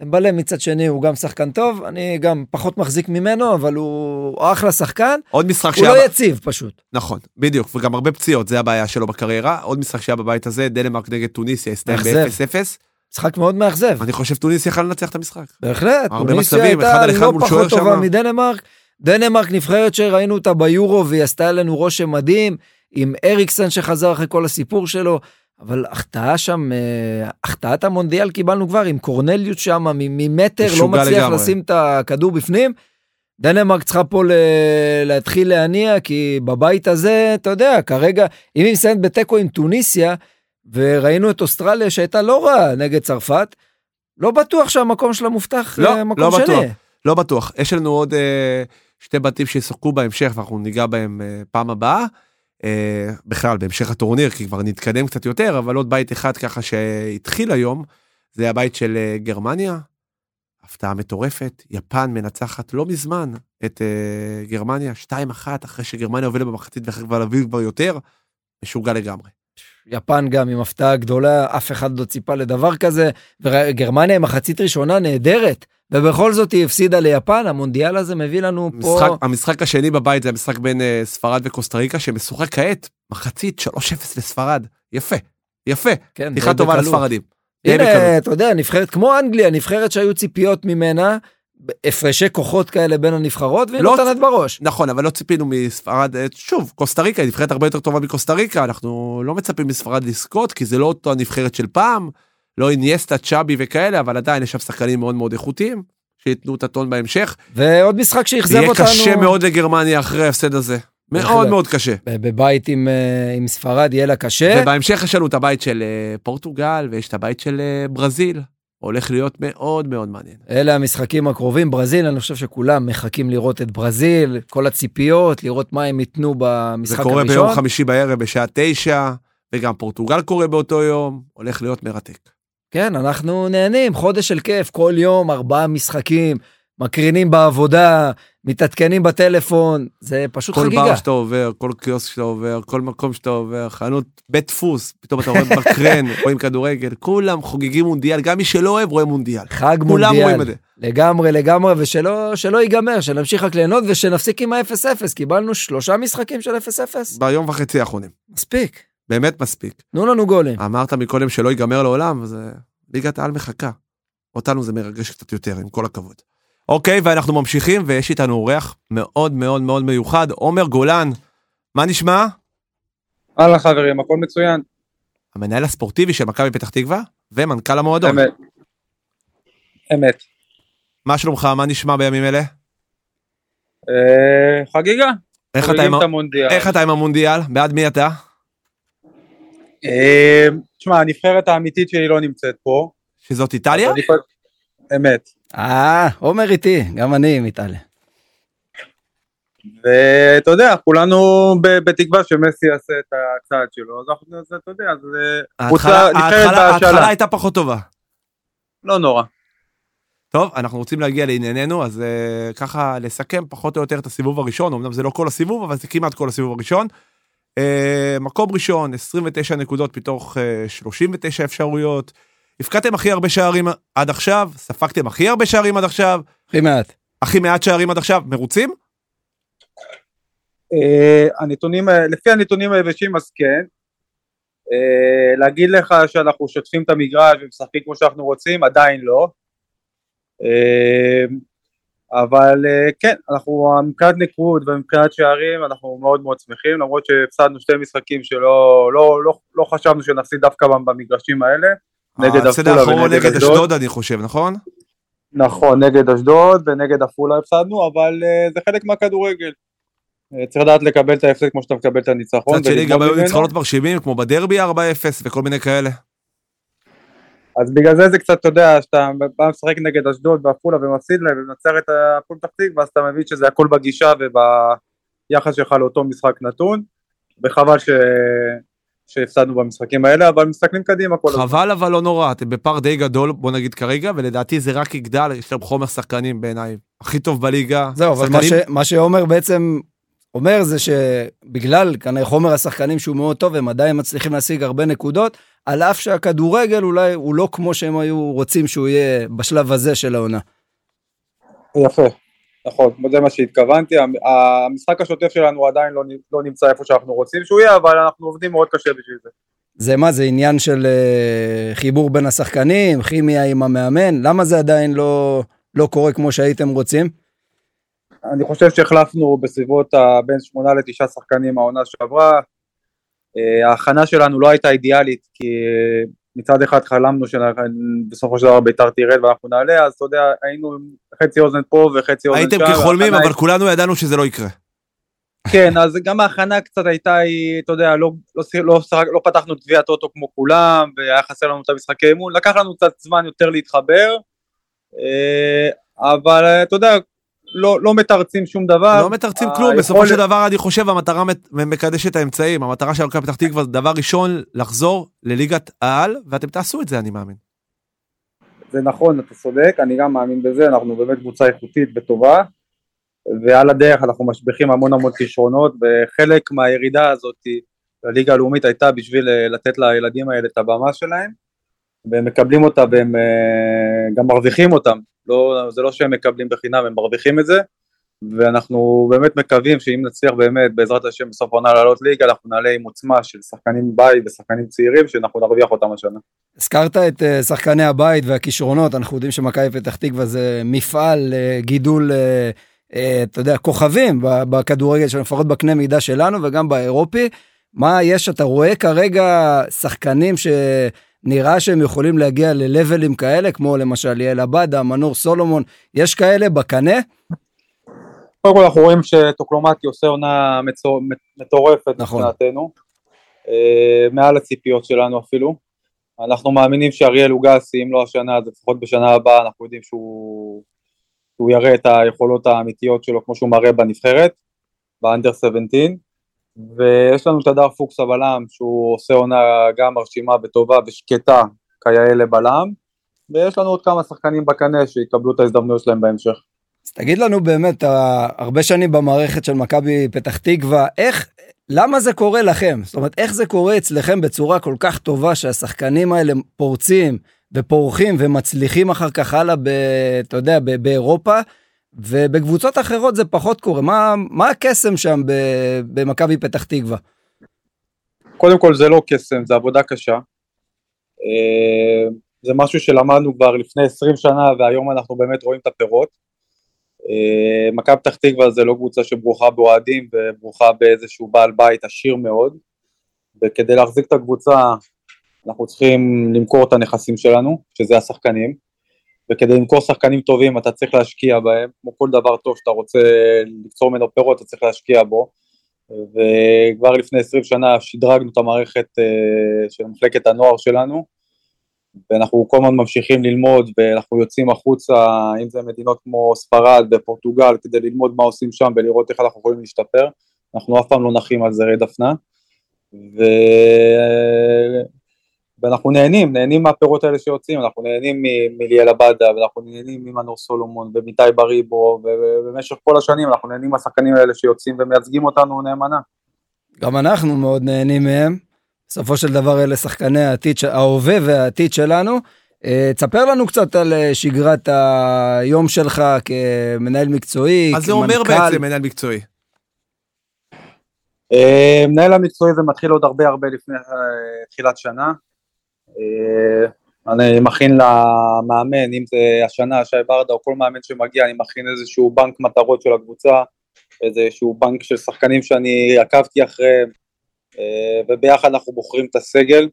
S2: דמבלה מצד שני הוא גם שחקן טוב, אני גם פחות מחזיק ממנו, אבל הוא אחלה שחקן.
S3: עוד משחק
S2: הוא
S3: שהיה-
S2: לא יציב פשוט.
S3: נכון, בדיוק, וגם הרבה פציעות, זה הבעיה שלו בקריירה. עוד משחק שהיה בבית הזה, דנמרק נגד טוניסיה, הסתיים
S2: מאכזב.
S3: ב-0-0.
S2: משחק מאוד מאכזב.
S3: אני חושב טוניסיה יכלה לנצח את המשחק.
S2: בהחלט,
S3: הרבה
S2: טוניסיה
S3: מצבים,
S2: הייתה
S3: אחד על אחד
S2: לא
S3: מול
S2: פחות
S3: שוער
S2: טובה
S3: שמה.
S2: מדנמרק. דנמרק נבחרת שראינו אותה ביורו והיא עשתה עלינו רושם מדהים, עם אריקסן שחזר אחרי כל הסיפור שלו, אבל החטאה שם, אה, החטאת המונדיאל קיבלנו כבר עם קורנליוט שם מ- ממטר, לא
S3: משוגע
S2: מצליח
S3: לגמרי.
S2: לשים את הכדור בפנים. דנמרק צריכה פה ל... להתחיל להניע, כי בבית הזה, אתה יודע, כרגע, אם היא מסיימת בתיקו עם טוניסיה, וראינו את אוסטרליה שהייתה לא רעה נגד צרפת, לא בטוח שהמקום שלה מובטח
S3: לא,
S2: אה, מקום
S3: לא
S2: שני.
S3: בטוח. לא בטוח, יש לנו עוד אה, שתי בתים שישחקו בהמשך, ואנחנו ניגע בהם אה, פעם הבאה. אה, בכלל, בהמשך הטורניר, כי כבר נתקדם קצת יותר, אבל עוד בית אחד ככה שהתחיל היום, זה הבית של אה, גרמניה. הפתעה מטורפת, יפן מנצחת לא מזמן את אה, גרמניה, 2-1, אחרי שגרמניה הובלה במחצית ואחרי כבר להביא כבר יותר, משוגע לגמרי.
S2: יפן גם עם הפתעה גדולה, אף אחד לא ציפה לדבר כזה, וגרמניה עם מחצית ראשונה נהדרת, ובכל זאת היא הפסידה ליפן, המונדיאל הזה מביא לנו פה...
S3: המשחק, המשחק השני בבית זה המשחק בין אה, ספרד וקוסטה ריקה, שמשוחק כעת, מחצית 3-0 לספרד. יפה, יפה.
S2: כן,
S3: פתיחה
S2: די
S3: טובה
S2: בקלות.
S3: לספרדים. די
S2: הנה,
S3: בקלות.
S2: אתה יודע, נבחרת כמו אנגליה, נבחרת שהיו ציפיות ממנה, הפרשי כוחות כאלה בין הנבחרות, והיא
S3: לא-
S2: לא נותנת בראש.
S3: נכון, אבל לא ציפינו מספרד, אה, שוב, קוסטה ריקה היא נבחרת הרבה יותר טובה מקוסטה ריקה, אנחנו לא מצפים מספרד לזכות, כי זה לא אותו הנבחרת של פעם, לא אינייסטה, צ'אבי וכאלה, אבל עדיין יש שם שחקנים מאוד מאוד איכותיים, שייתנו את הטון בהמשך.
S2: ועוד משחק שאכזב
S3: יהיה
S2: אותנו.
S3: קשה מאוד לגרמניה אחרי ההפסד הזה. מאוד
S2: בהחלט.
S3: מאוד קשה.
S2: בבית עם, אה, עם ספרד יהיה לה קשה.
S3: ובהמשך יש לנו את הבית של אה, פורטוגל, ויש את הבית של אה, ברזיל. הולך להיות מאוד מאוד מעניין.
S2: אלה המשחקים הקרובים. ברזיל, אני חושב שכולם מחכים לראות את ברזיל, כל הציפיות, לראות מה הם ייתנו
S3: זה
S2: במשחק
S3: קורה
S2: הראשון.
S3: ביום חמישי בערב בשעה תשע, וגם פורטוגל קורה באותו יום, הולך להיות מרתק.
S2: כן, אנחנו נהנים, חודש של כיף, כל יום ארבעה משחקים. מקרינים בעבודה, מתעדכנים בטלפון, זה פשוט
S3: כל
S2: חגיגה.
S3: בר שאתה עובר, כל קיוסק שאתה עובר, כל מקום שאתה עובר, חנות בית דפוס, פתאום אתה רואה מקרן, רואים כדורגל, כולם חוגגים מונדיאל, גם מי שלא אוהב רואה מונדיאל.
S2: חג
S3: כולם רואים את
S2: מונדיאל,
S3: זה.
S2: לגמרי לגמרי, ושלא שלא ייגמר, שנמשיך רק ליהנות ושנפסיק עם ה-0-0, קיבלנו שלושה משחקים של 0-0,
S3: ביום וחצי האחרונים,
S2: מספיק,
S3: באמת מספיק.
S2: תנו לנו גולים.
S3: אמרת מקודם שלא ייגמר לעולם, אז אה, ליגת העל מחכה. אותנו זה מרגש קצת יותר, עם כל הכבוד. אוקיי, ואנחנו ממשיכים, ויש איתנו אורח מאוד מאוד מאוד מיוחד, עומר גולן. מה נשמע?
S4: אהלן חברים, הכל מצוין.
S3: המנהל הספורטיבי של מכבי פתח תקווה, ומנכ"ל המועדון.
S4: אמת. אמת.
S3: מה שלומך, מה נשמע בימים אלה?
S4: אה, חגיגה.
S3: איך אתה
S4: חוגגים
S3: עם ה-
S4: את המונדיאל.
S3: איך אתה עם המונדיאל? בעד מי אתה?
S4: אה, תשמע, הנבחרת האמיתית שלי לא נמצאת פה.
S3: שזאת איטליה?
S4: אני פ- אמת.
S2: אה, עומר איתי, גם אני עם איטליה.
S4: ואתה יודע, כולנו ב- בתקווה שמסי יעשה את הצעד שלו, אז אנחנו נעשה, אתה יודע, אז אה,
S3: ההתחלה-
S4: קבוצה נבחרת
S3: ההתחלה- ההתחלה
S4: בהשאלה.
S3: הייתה פחות טובה.
S4: לא נורא.
S3: טוב, אנחנו רוצים להגיע לענייננו, אז uh, ככה לסכם פחות או יותר את הסיבוב הראשון, אמנם זה לא כל הסיבוב, אבל זה כמעט כל הסיבוב הראשון. Uh, מקום ראשון, 29 נקודות מתוך uh, 39 אפשרויות. הבקעתם הכי הרבה שערים עד עכשיו, ספגתם הכי הרבה שערים עד עכשיו,
S2: הכי מעט.
S3: הכי מעט שערים עד עכשיו, מרוצים?
S4: אה, הנתונים, ה- לפי הנתונים היבשים אז כן. אה, להגיד לך שאנחנו שוטפים את המגרש ומשחקים כמו שאנחנו רוצים, עדיין לא. אה, אבל אה, כן, אנחנו מבחינת ניקוד ומבחינת שערים אנחנו מאוד מאוד שמחים, למרות שהפסדנו שתי משחקים שלא לא, לא, לא חשבנו שנפסיד דווקא במגרשים האלה. נגד
S3: ההפסד
S4: עפולה
S3: אה, האחרון
S4: ונגד
S3: נגד
S4: אשדוד.
S3: אשדוד, אני חושב, נכון?
S4: נכון, נגד אשדוד ונגד עפולה הפסדנו, אבל אה, זה חלק מהכדורגל. אה, צריך לדעת לקבל את ההפסד כמו שאתה מקבל את הניצחון.
S3: מצד שני
S4: וללמוד
S3: גם היו
S4: נכון, ממנו.
S3: ניצחונות מרשימים, כמו בדרבי 4-0 וכל מיני כאלה.
S4: אז בגלל זה זה קצת, אתה יודע, שאתה בא משחק נגד אשדוד בעפולה ומפסיד להם ומנצח את הפועל פתח תקווה, אז אתה מבין שזה הכל בגישה וביחס שלך לאותו משחק נתון, וחבל ש... שהפסדנו במשחקים האלה, אבל מסתכלים קדימה כל הזמן.
S3: חבל אבל לא נורא, אתם בפער די גדול, בוא נגיד כרגע, ולדעתי זה רק יגדל, יש להם חומר שחקנים בעיניי, הכי טוב בליגה.
S2: זהו, אבל מה, ש,
S3: שחקנים-
S2: מה שעומר בעצם אומר זה שבגלל כנראה חומר השחקנים שהוא מאוד טוב, הם עדיין מצליחים להשיג הרבה נקודות, על אף שהכדורגל אולי הוא לא כמו שהם היו רוצים שהוא יהיה בשלב הזה של העונה.
S4: יפה. נכון, זה מה שהתכוונתי, המ- המשחק השוטף שלנו עדיין לא נ- לא נמצא איפה שאנחנו רוצים שהוא יהיה, אבל אנחנו עובדים מאוד קשה בשביל זה.
S2: זה מה, זה עניין של אה, חיבור בין השחקנים, כימיה עם המאמן, למה זה עדיין לא, לא קורה כמו שהייתם רוצים?
S4: אני חושב שהחלפנו בסביבות ה- בין שמונה לתשעה שחקנים העונה שעברה. אה, ההכנה שלנו לא הייתה אידיאלית, כי אה, מצד אחד חלמנו שבסופו של דבר בית"ר תרד ואנחנו נעלה, אז אתה יודע, היינו עם חצי אוזן פה וחצי אוזן שם.
S3: הייתם כחולמים,
S4: ההכנה
S3: אבל כולנו ידענו שזה לא יקרה.
S4: כן, אז גם ההכנה קצת הייתה, היא, אתה יודע, לא, לא, ש- לא, שחק- לא פתחנו את גביע הטוטו כמו כולם, והיה חסר לנו את המשחקי אמון, לקח לנו קצת זמן יותר להתחבר, אה, אבל אה, אתה יודע, לא, לא מתרצים שום דבר.
S3: לא מתרצים
S4: היכולת-
S3: כלום, בסופו של דבר אני חושב המטרה מת- מקדשת את האמצעים, המטרה של מכבי פתח תקווה זה דבר ראשון לחזור לליגת העל, ואתם תעשו את זה אני מאמין.
S4: זה נכון, אתה צודק, אני גם מאמין בזה, אנחנו באמת קבוצה איכותית וטובה, ועל הדרך אנחנו משביחים המון המון כישרונות, וחלק מהירידה הזאת לליגה הלאומית הייתה בשביל אה, לתת לילדים האלה את הבמה שלהם, והם מקבלים אותה והם אה, גם מרוויחים אותם, לא, זה לא שהם מקבלים בחינם, הם מרוויחים את זה, ואנחנו באמת מקווים שאם נצליח באמת בעזרת השם בסוף העונה לעלות ליגה, אנחנו נעלה עם עוצמה של שחקנים ביי ושחקנים צעירים, שאנחנו נרוויח אותם השנה.
S2: הזכרת את אה, שחקני הבית והכישרונות, אנחנו יודעים שמכבי פתח תקווה זה מפעל אה, גידול, אה, אה, אתה יודע, כוכבים ב- בכדורגל שלנו, לפחות בקנה מידה שלנו וגם באירופי. מה יש, אתה רואה כרגע שחקנים שנראה שהם יכולים להגיע ללבלים כאלה, כמו למשל ליאל עבדה, מנור סולומון, יש כאלה בקנה?
S4: קודם כל אנחנו רואים שטוקלומטי עושה עונה מצור... מטורפת
S2: נכון.
S4: נכון. מבחינתנו, אה, מעל הציפיות שלנו אפילו. אנחנו מאמינים שאריאל לוגסי, אם לא השנה, אז לפחות בשנה הבאה אנחנו יודעים שהוא, שהוא יראה את היכולות האמיתיות שלו כמו שהוא מראה בנבחרת, באנדר 17. ויש לנו את הדר פוקס הבלם, שהוא עושה עונה גם מרשימה וטובה ושקטה כיאה לבלם, ויש לנו עוד כמה שחקנים בקנה שיקבלו את ההזדמנויות שלהם בהמשך.
S2: אז תגיד לנו באמת, אתה הרבה שנים במערכת של מכבי פתח תקווה, איך, למה זה קורה לכם? זאת אומרת, איך זה קורה אצלכם בצורה כל כך טובה שהשחקנים האלה פורצים ופורחים ומצליחים אחר כך הלאה, ב, אתה יודע, ב- באירופה, ובקבוצות אחרות זה פחות קורה. מה, מה הקסם שם ב- במכבי פתח תקווה?
S4: קודם כל זה לא קסם, זה עבודה קשה. אה, זה משהו שלמדנו כבר לפני 20 שנה והיום אנחנו באמת רואים את הפירות. אה, מכבי פתח תקווה זה לא קבוצה שברוכה באוהדים וברוכה באיזשהו בעל בית עשיר מאוד, וכדי להחזיק את הקבוצה אנחנו צריכים למכור את הנכסים שלנו, שזה השחקנים, וכדי למכור שחקנים טובים אתה צריך להשקיע בהם, כמו כל דבר טוב שאתה רוצה לקצור ממנו פירות אתה צריך להשקיע בו. וכבר לפני 20 שנה שדרגנו את המערכת אה, של מחלקת הנוער שלנו, ואנחנו כל הזמן ממשיכים ללמוד, ואנחנו יוצאים החוצה, אם זה מדינות כמו ספרד ופורטוגל, כדי ללמוד מה עושים שם ולראות איך אנחנו יכולים להשתפר. אנחנו אף פעם לא נחים על זרי דפנה, ו... ואנחנו נהנים, נהנים מהפירות האלה שיוצאים, אנחנו נהנים מ- מליאל עבדה, ואנחנו נהנים ממנור סולומון, ומאיתי בריבו, ובמשך כל השנים אנחנו נהנים מהשחקנים האלה שיוצאים ומייצגים אותנו נאמנה.
S2: גם אנחנו מאוד נהנים מהם. בסופו של דבר אלה שחקני העתיד, של- ההווה והעתיד שלנו. אה, תספר לנו קצת על אה, שגרת היום שלך כמנהל מקצועי,
S3: אז זה אומר
S2: כמנכ"ל.
S3: בעצם מנהל מקצועי.
S4: אה, מנהל המקצועי זה מתחיל עוד הרבה הרבה לפני אה, תחילת שנה. אה, אני מכין למאמן, אם זה השנה, שי ברדה או כל מאמן שמגיע, אני מכין איזשהו בנק מטרות של הקבוצה, איזשהו בנק של שחקנים שאני עקבתי אחריהם, אה, וביחד אנחנו בוחרים את הסגל.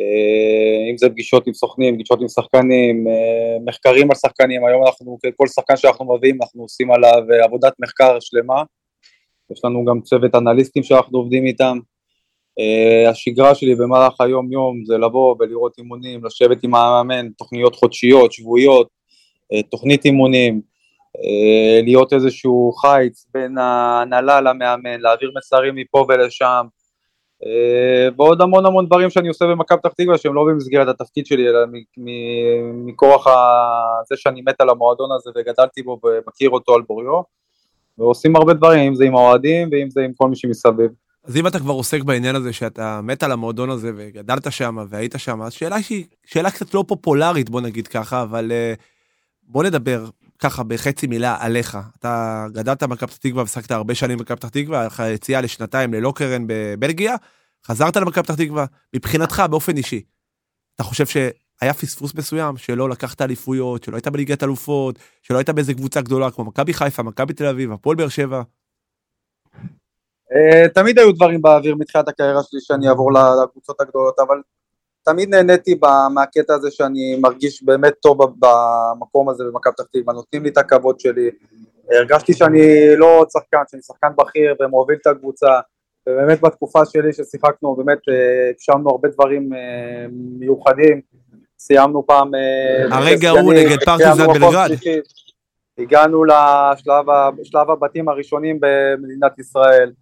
S4: אה, אם זה פגישות עם סוכנים, פגישות עם שחקנים, אה, מחקרים על שחקנים, היום אנחנו, כל שחקן שאנחנו מביאים, אנחנו עושים עליו אה, עבודת מחקר שלמה. יש לנו גם צוות אנליסטים שאנחנו עובדים איתם. אה, השגרה שלי במהלך היום-יום זה לבוא ולראות אימונים, לשבת עם המאמן, תוכניות חודשיות, שבועיות, אה, תוכנית אימונים, אה, להיות איזשהו חיץ בין ההנהלה למאמן, להעביר מסרים מפה ולשם, אה, ועוד המון המון דברים שאני עושה במכבי פתח תקווה שהם לא במסגרת התפקיד שלי, אלא מ- מ- מכורח ה- זה שאני מת על המועדון הזה וגדלתי בו ומכיר אותו על בוריו. ועושים הרבה דברים, אם זה עם האוהדים ואם זה עם כל מי שמסביב.
S3: אז אם אתה כבר עוסק בעניין הזה שאתה מת על המועדון הזה וגדלת שם והיית שם, אז שאלה שהיא שאלה קצת לא פופולרית, בוא נגיד ככה, אבל אה, בוא נדבר ככה בחצי מילה עליך. אתה גדלת במכבי פתח תקווה ושחקת הרבה שנים במכבי פתח תקווה, היה לך יציאה לשנתיים ללוקרן בבלגיה, חזרת למכבי פתח תקווה. מבחינתך, באופן אישי, אתה חושב שהיה פספוס מסוים שלא לקחת אליפויות, שלא היית בליגת אלופות, שלא היית באיזה קבוצה גדולה כמו מכבי חיפה, מכבי תל אביב, הפועל באר שבע?
S4: אה, תמיד היו דברים באוויר מתחילת הקריירה שלי שאני אעבור ל- לקבוצות הגדולות, אבל תמיד נהניתי ב- מהקטע הזה שאני מרגיש באמת טוב ב- במקום הזה במכבי פתח תקווה, נותנים לי את הכבוד שלי. הרגשתי שאני לא עוד שחקן, שאני שחקן בכיר ומוביל את הקבוצה, ובאמת בתקופה שלי ששיחקנו, באמת אה, הגשמנו הרבה דברים אה, מיוחדים. סיימנו פעם... אה,
S3: הרגע ההוא
S4: בסגנים,
S3: נגד פרטיזן
S4: סיימנו מקום
S3: בלגרד.
S4: שלישי. הגענו לשלב ה- שלב הבתים הראשונים במדינת ישראל.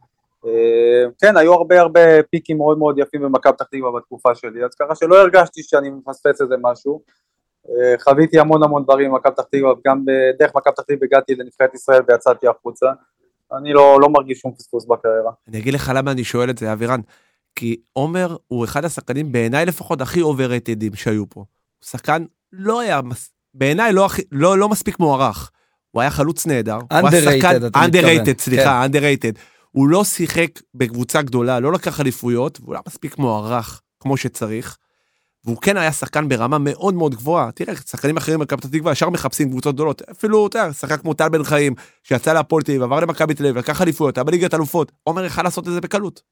S4: אה, כן, היו הרבה הרבה פיקים מאוד מאוד יפים במכבי פתח תקווה בתקופה שלי, אז ככה שלא הרגשתי שאני מפספס איזה משהו. אה, חוויתי המון המון דברים במכבי פתח תקווה, גם ב- דרך מכבי פתח תקווה הגעתי לנבחרת ישראל ויצאתי החוצה. אני לא, לא מרגיש שום פספוס בקריירה.
S3: אני אגיד לך למה אני שואל את זה, אבירן. כי עומר הוא אחד השחקנים, בעיניי לפחות, הכי אוברטדים שהיו פה. הוא שחקן לא היה, מס... בעיניי לא, הכי- לא, לא מספיק מוערך. הוא היה חלוץ נהדר.
S2: Underrated, אתה מתכוון.
S3: אנדררייטד,
S2: כן.
S3: סליחה, אנדררייטד. הוא לא שיחק בקבוצה גדולה, לא לקח אליפויות, והוא לא מספיק מוערך כמו שצריך. והוא כן היה שחקן ברמה מאוד מאוד גבוהה. תראה, שחקנים אחרים במכבי פתח תקווה ישר מחפשים קבוצות גדולות. אפילו, אתה יודע, שחקן כמו טל בן חיים, שיצא להפועל תל אביב, עבר למכבי תל אביב, לקח אליפויות, היה בליגת אלופות. עומר יכל לעשות את זה בקלות.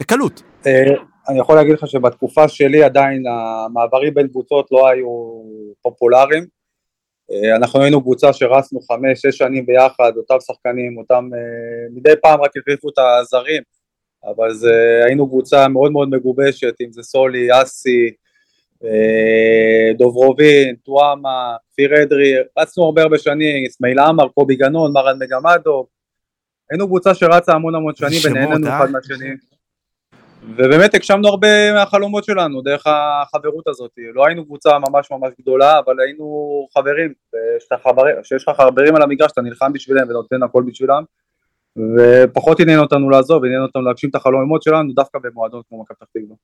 S3: בקלות.
S4: אה, אני יכול להגיד לך שבתקופה שלי עדיין המעברים בין קבוצות לא היו פופולריים. אה, אנחנו היינו קבוצה שרצנו חמש, שש שנים ביחד, אותם שחקנים, אותם... אה, מדי פעם רק החליפו את הזרים, אבל זה, היינו קבוצה מאוד מאוד מגובשת, אם זה סולי, אסי, אה, דוברובין, טואמה, כפיר אדרי, רצנו הרבה הרבה שנים, אסמאעיל עמאר, קובי גנון, מרן מגמדוב. היינו קבוצה שרצה המון המון שנים
S3: שמות,
S4: ונהנינו
S3: אה?
S4: אחד מהשני. ובאמת הגשמנו הרבה מהחלומות שלנו דרך החברות הזאת. לא היינו קבוצה ממש ממש גדולה, אבל היינו חברים, שאתה חבר- שיש לך חברים על המגרש, אתה נלחם בשבילם ונותן הכל בשבילם, ופחות עניין אותנו לעזוב, עניין אותנו להגשים את החלומות שלנו דווקא במועדון כמו מכבי פתח תקווה.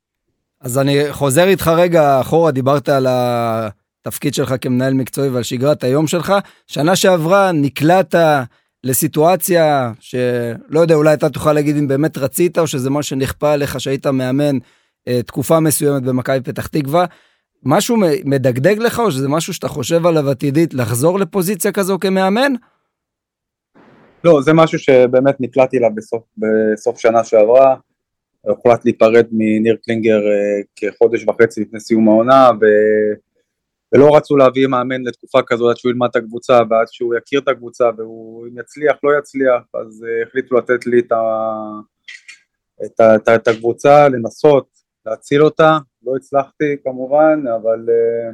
S2: אז אני חוזר איתך רגע אחורה, דיברת על התפקיד שלך כמנהל מקצועי ועל שגרת היום שלך. שנה שעברה נקלעת לסיטואציה שלא יודע, אולי אתה תוכל להגיד אם באמת רצית או שזה מה שנכפה עליך שהיית מאמן אה, תקופה מסוימת במכבי פתח תקווה. משהו מ- מדגדג לך או שזה משהו שאתה חושב עליו עתידית לחזור לפוזיציה כזו כמאמן?
S4: לא, זה משהו שבאמת נקלעתי אליו בסוף, בסוף שנה שעברה. הוחלט להיפרד מניר קלינגר אה, כחודש וחצי לפני סיום העונה, ו... ולא רצו להביא מאמן לתקופה כזו עד שהוא ילמד את הקבוצה ועד שהוא יכיר את הקבוצה והוא אם יצליח לא יצליח, אז אה, החליטו לתת לי את, ה... את, ה... את, ה... את הקבוצה, לנסות להציל אותה, לא הצלחתי כמובן, אבל אה,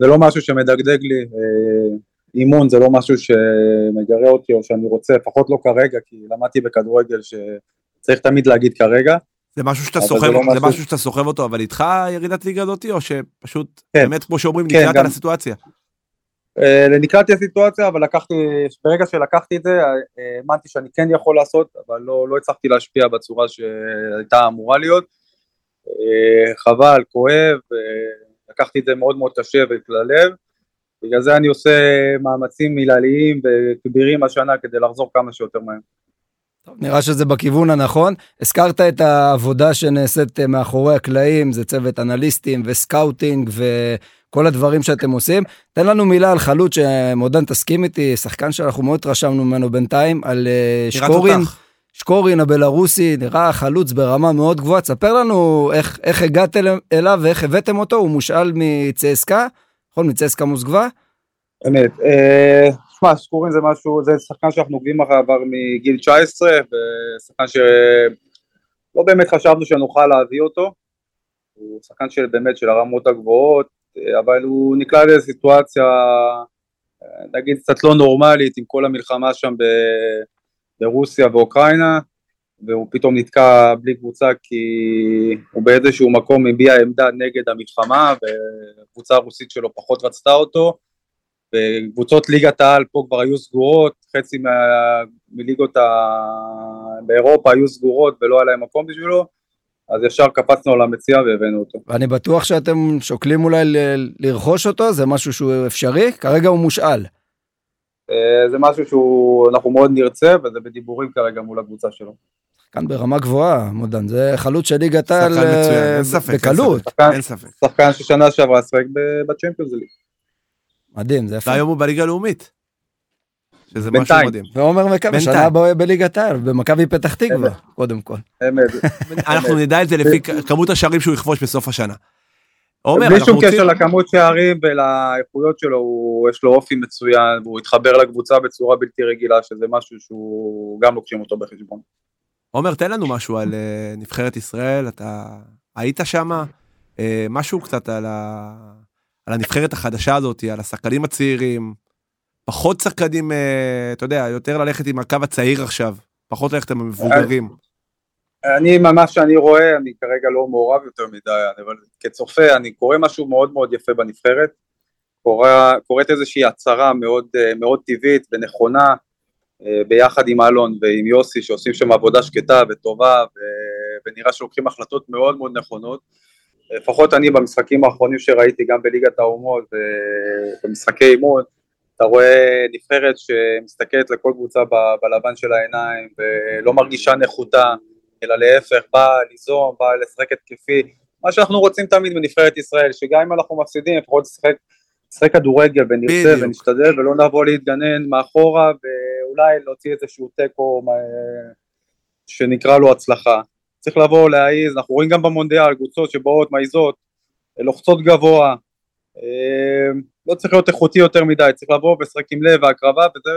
S4: זה לא משהו שמדגדג לי, אה, אימון זה לא משהו שמגרה אותי או שאני רוצה, לפחות לא כרגע, כי למדתי בכדורגל שצריך תמיד להגיד כרגע.
S3: זה משהו שאתה
S4: אבל זה
S3: סוחב,
S4: לא
S3: זה
S4: משהו-
S3: משהו שאתה סוחב אותו, אבל איתך ירידת ליגה הזאתי, או שפשוט,
S4: כן.
S3: באמת, כמו שאומרים,
S4: כן,
S3: נקלעת
S4: גם-
S3: לסיטואציה?
S4: אה, נקלעתי לסיטואציה, אבל לקחתי, ברגע שלקחתי את זה, אה, אה, האמנתי שאני כן יכול לעשות, אבל לא, לא הצלחתי להשפיע בצורה שהייתה אמורה להיות. אה, חבל, כואב, אה, לקחתי את זה מאוד מאוד קשה וללב. בגלל זה אני עושה מאמצים מילליים וכבירים השנה כדי לחזור כמה שיותר מהר.
S2: נראה שזה בכיוון הנכון. הזכרת את העבודה שנעשית אה, מאחורי הקלעים, זה צוות אנליסטים וסקאוטינג וכל הדברים שאתם עושים. תן לנו מילה על חלוץ שמודן תסכים איתי, שחקן שאנחנו מאוד התרשמנו ממנו בינתיים, על אה,
S3: נראה
S2: שקורין,
S3: תותח.
S2: שקורין הבלארוסי, נראה חלוץ ברמה מאוד גבוהה. תספר לנו איך, איך הגעת אל- אליו ואיך הבאתם אותו, הוא מושאל מצסקה, נכון? מצסקה מוסקבה?
S4: אמת. אה, שמע, שקורים זה משהו, זה שחקן שאנחנו עובדים אחריו כבר מגיל 19, ושחקן שלא באמת חשבנו שנוכל להביא אותו. הוא שחקן של באמת של הרמות הגבוהות, אה, אבל הוא נקלע לסיטואציה, אה, נגיד, קצת לא נורמלית עם כל המלחמה שם ב, ברוסיה ואוקראינה, והוא פתאום נתקע בלי קבוצה כי הוא באיזשהו מקום הביע עמדה נגד המלחמה, והקבוצה הרוסית שלו פחות רצתה אותו. וקבוצות ליגת העל פה כבר היו סגורות, חצי מה... מליגות ה... באירופה היו סגורות ולא היה להם מקום בשבילו, אז ישר קפצנו על המציאה והבאנו אותו.
S2: ואני בטוח שאתם שוקלים אולי ל- לרכוש אותו, זה משהו שהוא אפשרי, כרגע הוא מושאל.
S4: אה, זה משהו שאנחנו מאוד נרצה וזה בדיבורים כרגע מול הקבוצה שלו.
S2: כאן ברמה גבוהה, מודן, זה חלוץ של ליגת
S3: שחקן
S2: העל אה,
S3: מצוין, אין ספק, אין
S2: בקלות.
S4: שחקן,
S3: אין ספק.
S4: שחקן ששנה שעברה שחק ב- בצ'מפיונס ליג.
S2: מדהים, זה יפה.
S3: והיום הוא בליגה הלאומית. שזה משהו
S4: בינתיים.
S3: מדהים.
S2: ועומר מקווה,
S3: בינתיים. אה,
S2: שנה הבאה הוא יהיה בליגת העל, במכבי פתח תקווה, קודם כל.
S4: אמת.
S3: אנחנו נדע את זה לפי כ- כמות השערים שהוא יכבוש בסוף השנה. עומר,
S4: בלי
S3: אנחנו
S4: שום
S3: רוצים...
S4: קשר לכמות שערים ולאיכויות שלו, הוא- יש לו אופי מצוין והוא התחבר לקבוצה בצורה בלתי רגילה, שזה משהו שהוא גם לוקחים אותו בחשבון.
S3: עומר, תן לנו משהו על אה, נבחרת ישראל, אתה היית שמה, אה, משהו קצת על, ה... על הנבחרת החדשה הזאת, על השחקנים הצעירים, פחות שחקנים, אה, אתה יודע, יותר ללכת עם הקו הצעיר עכשיו, פחות ללכת עם המבוגרים.
S4: אני, ממה שאני רואה, אני כרגע לא מעורב יותר מדי, אבל כצופה, אני קורא משהו מאוד מאוד יפה בנבחרת, קורא, קוראת איזושהי הצהרה מאוד, אה, מאוד טבעית ונכונה, אה, ביחד עם אלון ועם יוסי, שעושים שם עבודה שקטה וטובה, ו- ונראה שלוקחים החלטות מאוד מאוד נכונות. לפחות אני במשחקים האחרונים שראיתי, גם בליגת האומות, אה, במשחקי אימון, אתה רואה נבחרת שמסתכלת לכל קבוצה ב- בלבן של העיניים, ולא מרגישה נחותה. אלא להפך, בא ליזום, בא לשחק התקפי, מה שאנחנו רוצים תמיד בנבחרת ישראל, שגם אם אנחנו מפסידים, לפחות נשחק, נשחק כדורגל ונרצה
S3: בדיוק.
S4: ונשתדל, ולא נבוא להתגנן מאחורה, ואולי להוציא איזשהו תיקו מה- שנקרא לו הצלחה. צריך לבוא להעיז, אנחנו רואים גם במונדיאל קבוצות שבאות, מעיזות, לוחצות גבוה, אה, לא צריך להיות איכותי יותר מדי, צריך לבוא ולשחק עם לב והקרבה, וזה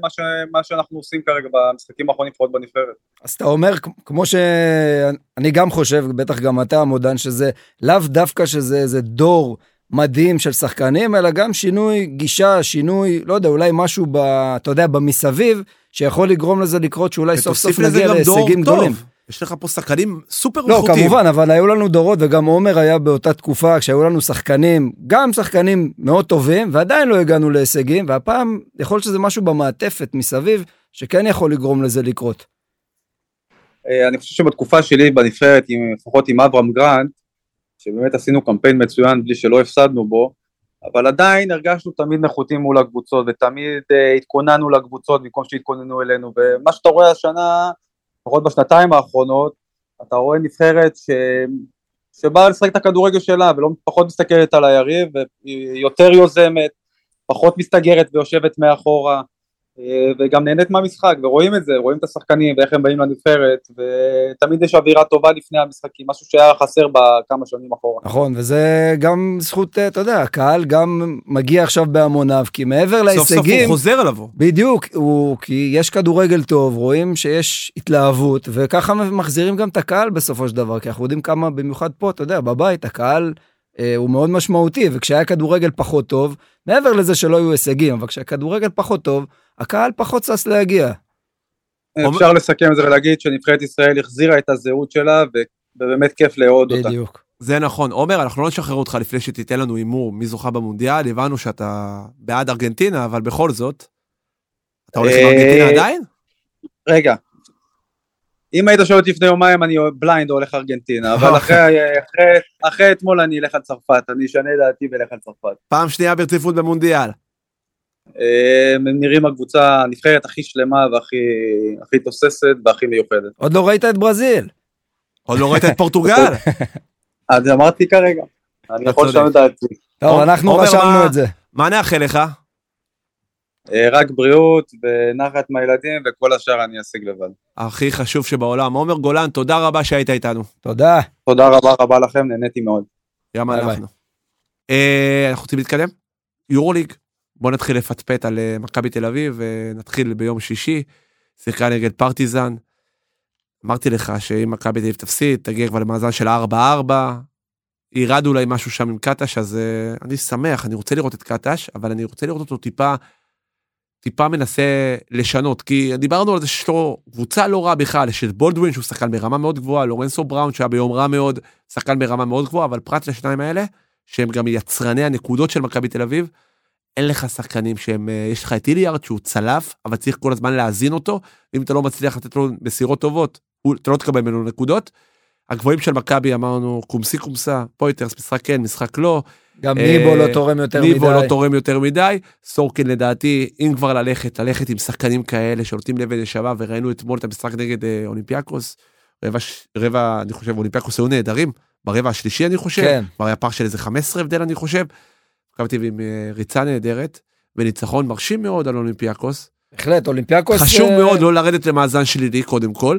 S4: מה, ש... מה שאנחנו עושים כרגע במשחקים האחרונים, לפחות בנבחרת.
S2: אז אתה אומר, כ- כמו שאני גם חושב, בטח גם אתה, מודן, שזה לאו דווקא שזה איזה דור מדהים של שחקנים, אלא גם שינוי גישה, שינוי, לא יודע, אולי משהו, ב, אתה יודע, במסביב, שיכול לגרום לזה לקרות, שאולי אה, סוף סוף
S3: ותוסיף לזה
S2: נגיע
S3: גם דור
S2: להישגים
S3: טוב.
S2: גדולים.
S3: יש לך פה שחקנים סופר
S2: לא,
S3: איכותיים.
S2: כמובן, אבל היו לנו דורות, וגם עומר היה באותה תקופה, כשהיו לנו שחקנים, גם שחקנים מאוד טובים, ועדיין לא הגענו להישגים, והפעם, יכול להיות שזה משהו במעטפת מסביב, שכן יכול לגרום לזה לקרות.
S4: אה, אני חושב שבתקופה שלי בנבחרת, עם- לפחות עם אברהם גרנט, שבאמת עשינו קמפיין מצוין בלי שלא הפסדנו בו, אבל עדיין הרגשנו תמיד נחותים מול הקבוצות, ותמיד אה, התכוננו לקבוצות במקום שהתכוננו אלינו, ומה שאתה רואה השנה, לפחות בשנתיים האחרונות, אתה רואה נבחרת ש... שבאה לשחק את הכדורגל שלה, ולא פחות מסתכלת על היריב, והיא יותר יוזמת, פחות מסתגרת ויושבת מאחורה. אה, וגם נהנית מהמשחק, ורואים את זה, רואים את השחקנים ואיך הם באים לנבחרת, ותמיד יש אווירה טובה לפני המשחקים, משהו שהיה חסר בכמה שנים אחורה.
S2: נכון, וזה גם זכות, אה, אתה יודע, הקהל גם מגיע עכשיו בהמוניו, כי מעבר
S3: סוף סוף הוא
S2: להישגים,
S3: חוזר עליו.
S2: בדיוק, הוא, כי יש כדורגל טוב, רואים שיש התלהבות, וככה מחזירים גם את הקהל בסופו של דבר, כי אנחנו יודעים כמה, במיוחד פה, אתה יודע, בבית, הקהל אה, הוא מאוד משמעותי, וכשהיה כדורגל פחות טוב, מעבר לזה שלא היו הישגים, אבל כשהכדורגל פחות טוב, הקהל פחות שש להגיע.
S3: עומר-
S4: אפשר לסכם את זה ולהגיד שנבחרת ישראל החזירה את הזהות שלה, ו- ובאמת כיף לאהוד אותה.
S2: בדיוק.
S3: זה נכון. עומר, אנחנו לא נשחרר אותך לפני שתיתן לנו הימור מי זוכה במונדיאל, הבנו שאתה בעד ארגנטינה, אבל בכל זאת, אתה הולך עם
S4: אה,
S3: ארגנטינה עדיין?
S4: רגע, אם היית שואל אותי לפני יומיים, אני בליינד הולך ארגנטינה, אבל אחרי- אחרי- אחרי אתמול אני אלך על צרפת, אני אשנה את דעתי ואלך על צרפת.
S3: פעם שנייה ברציפות במונדיאל.
S4: אה, הם נראים הקבוצה, הנבחרת הכי שלמה והכי הכי תוססת והכי מיוחדת.
S2: עוד לא ראית את ברזיל.
S3: עוד לא ראית את פורטוגל?
S4: אז אמרתי כרגע, אני
S3: אתה
S4: יכול
S3: צודק.
S4: לשנות את דעתי.
S2: טוב,
S3: עומר-
S2: אנחנו
S3: עומר, מה-
S2: רשמנו את זה.
S3: מה נאחל לך?
S4: אה, רק בריאות ונחת מהילדים וכל השאר אני אשיג לבד.
S3: הכי חשוב שבעולם. עומר גולן, תודה רבה שהיית איתנו.
S2: תודה.
S4: תודה רבה רבה לכם, נהניתי מאוד.
S3: גם
S2: ביי ביי.
S3: אנחנו. אה, אנחנו רוצים להתקדם? יורוליג. בוא נתחיל לפטפט על אה, מכבי תל אביב, אה, נתחיל ביום שישי. שיחקה נגד פרטיזן. אמרתי לך שאם מכבי תל אביב תפסיד, תגיע כבר למאזן של 4-4. ירד אולי משהו שם עם קטש, אז אה, אני שמח, אני רוצה לראות את קטש, אבל אני רוצה לראות אותו טיפה, טיפה מנסה לשנות, כי דיברנו על זה שיש לו קבוצה לא רעה בכלל, יש את בולדווין שהוא שחקן ברמה מאוד גבוהה, לורנסו בראון שהיה ביום רע מאוד, שחקן ברמה מאוד גבוהה, אבל פרט לשניים האלה, שהם גם יצרני הנקודות של מכבי תל אביב, אין לך שחקנים שהם, אה, יש לך את איליארד שהוא צלף, אבל צריך כל הזמן להזין אותו, ואם אתה לא מצליח לתת לו מסירות טובות, הוא, אתה לא תקבל ממנו נקודות. הגבוהים של מכבי אמרנו קומסי קומסה, פויטרס, משחק כן, משחק לא,
S2: גם
S3: אה,
S2: ניבו לא תורם יותר מדי.
S3: ניבו לא תורם יותר מדי, סורקין לדעתי, אם כבר ללכת, ללכת עם שחקנים כאלה שנותנים לב ונשמה, וראינו אתמול את המשחק נגד אה, אולימפיאקוס, רבע, ש- רבע, אני חושב, אולימפיאקוס היו נהדרים, ברבע השלישי אני חושב,
S2: כן.
S3: כבר היה פער של איזה 15 הבדל אני חושב, מכבי תל אביב עם אה, ריצה נהדרת, וניצחון מרשים מאוד על אולימפיאקוס,
S2: בהחלט, אולימפיאקוס...
S3: חשוב
S2: אה,
S3: מאוד לא לרדת למאזן שלילי קודם כל,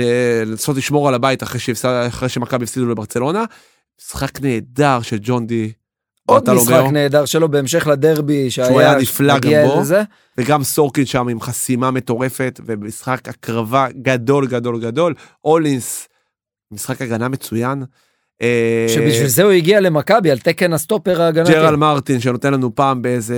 S3: ולנסות לשמור על הבית אחרי, שהפסד, אחרי שמכבי הפסידו לברצלונה, משחק נהדר של ג'ון די.
S2: עוד
S3: ברטלומיאו.
S2: משחק נהדר שלו בהמשך לדרבי שהיה...
S3: לא היה נפלא גם
S2: הגיע
S3: בו.
S2: לזה.
S3: וגם סורקין שם עם חסימה מטורפת ומשחק הקרבה גדול גדול גדול אולינס משחק הגנה מצוין. אה,
S2: שבשביל זה הוא הגיע למכבי על תקן הסטופר ההגנתי.
S3: ג'רל מרטין שנותן לנו פעם באיזה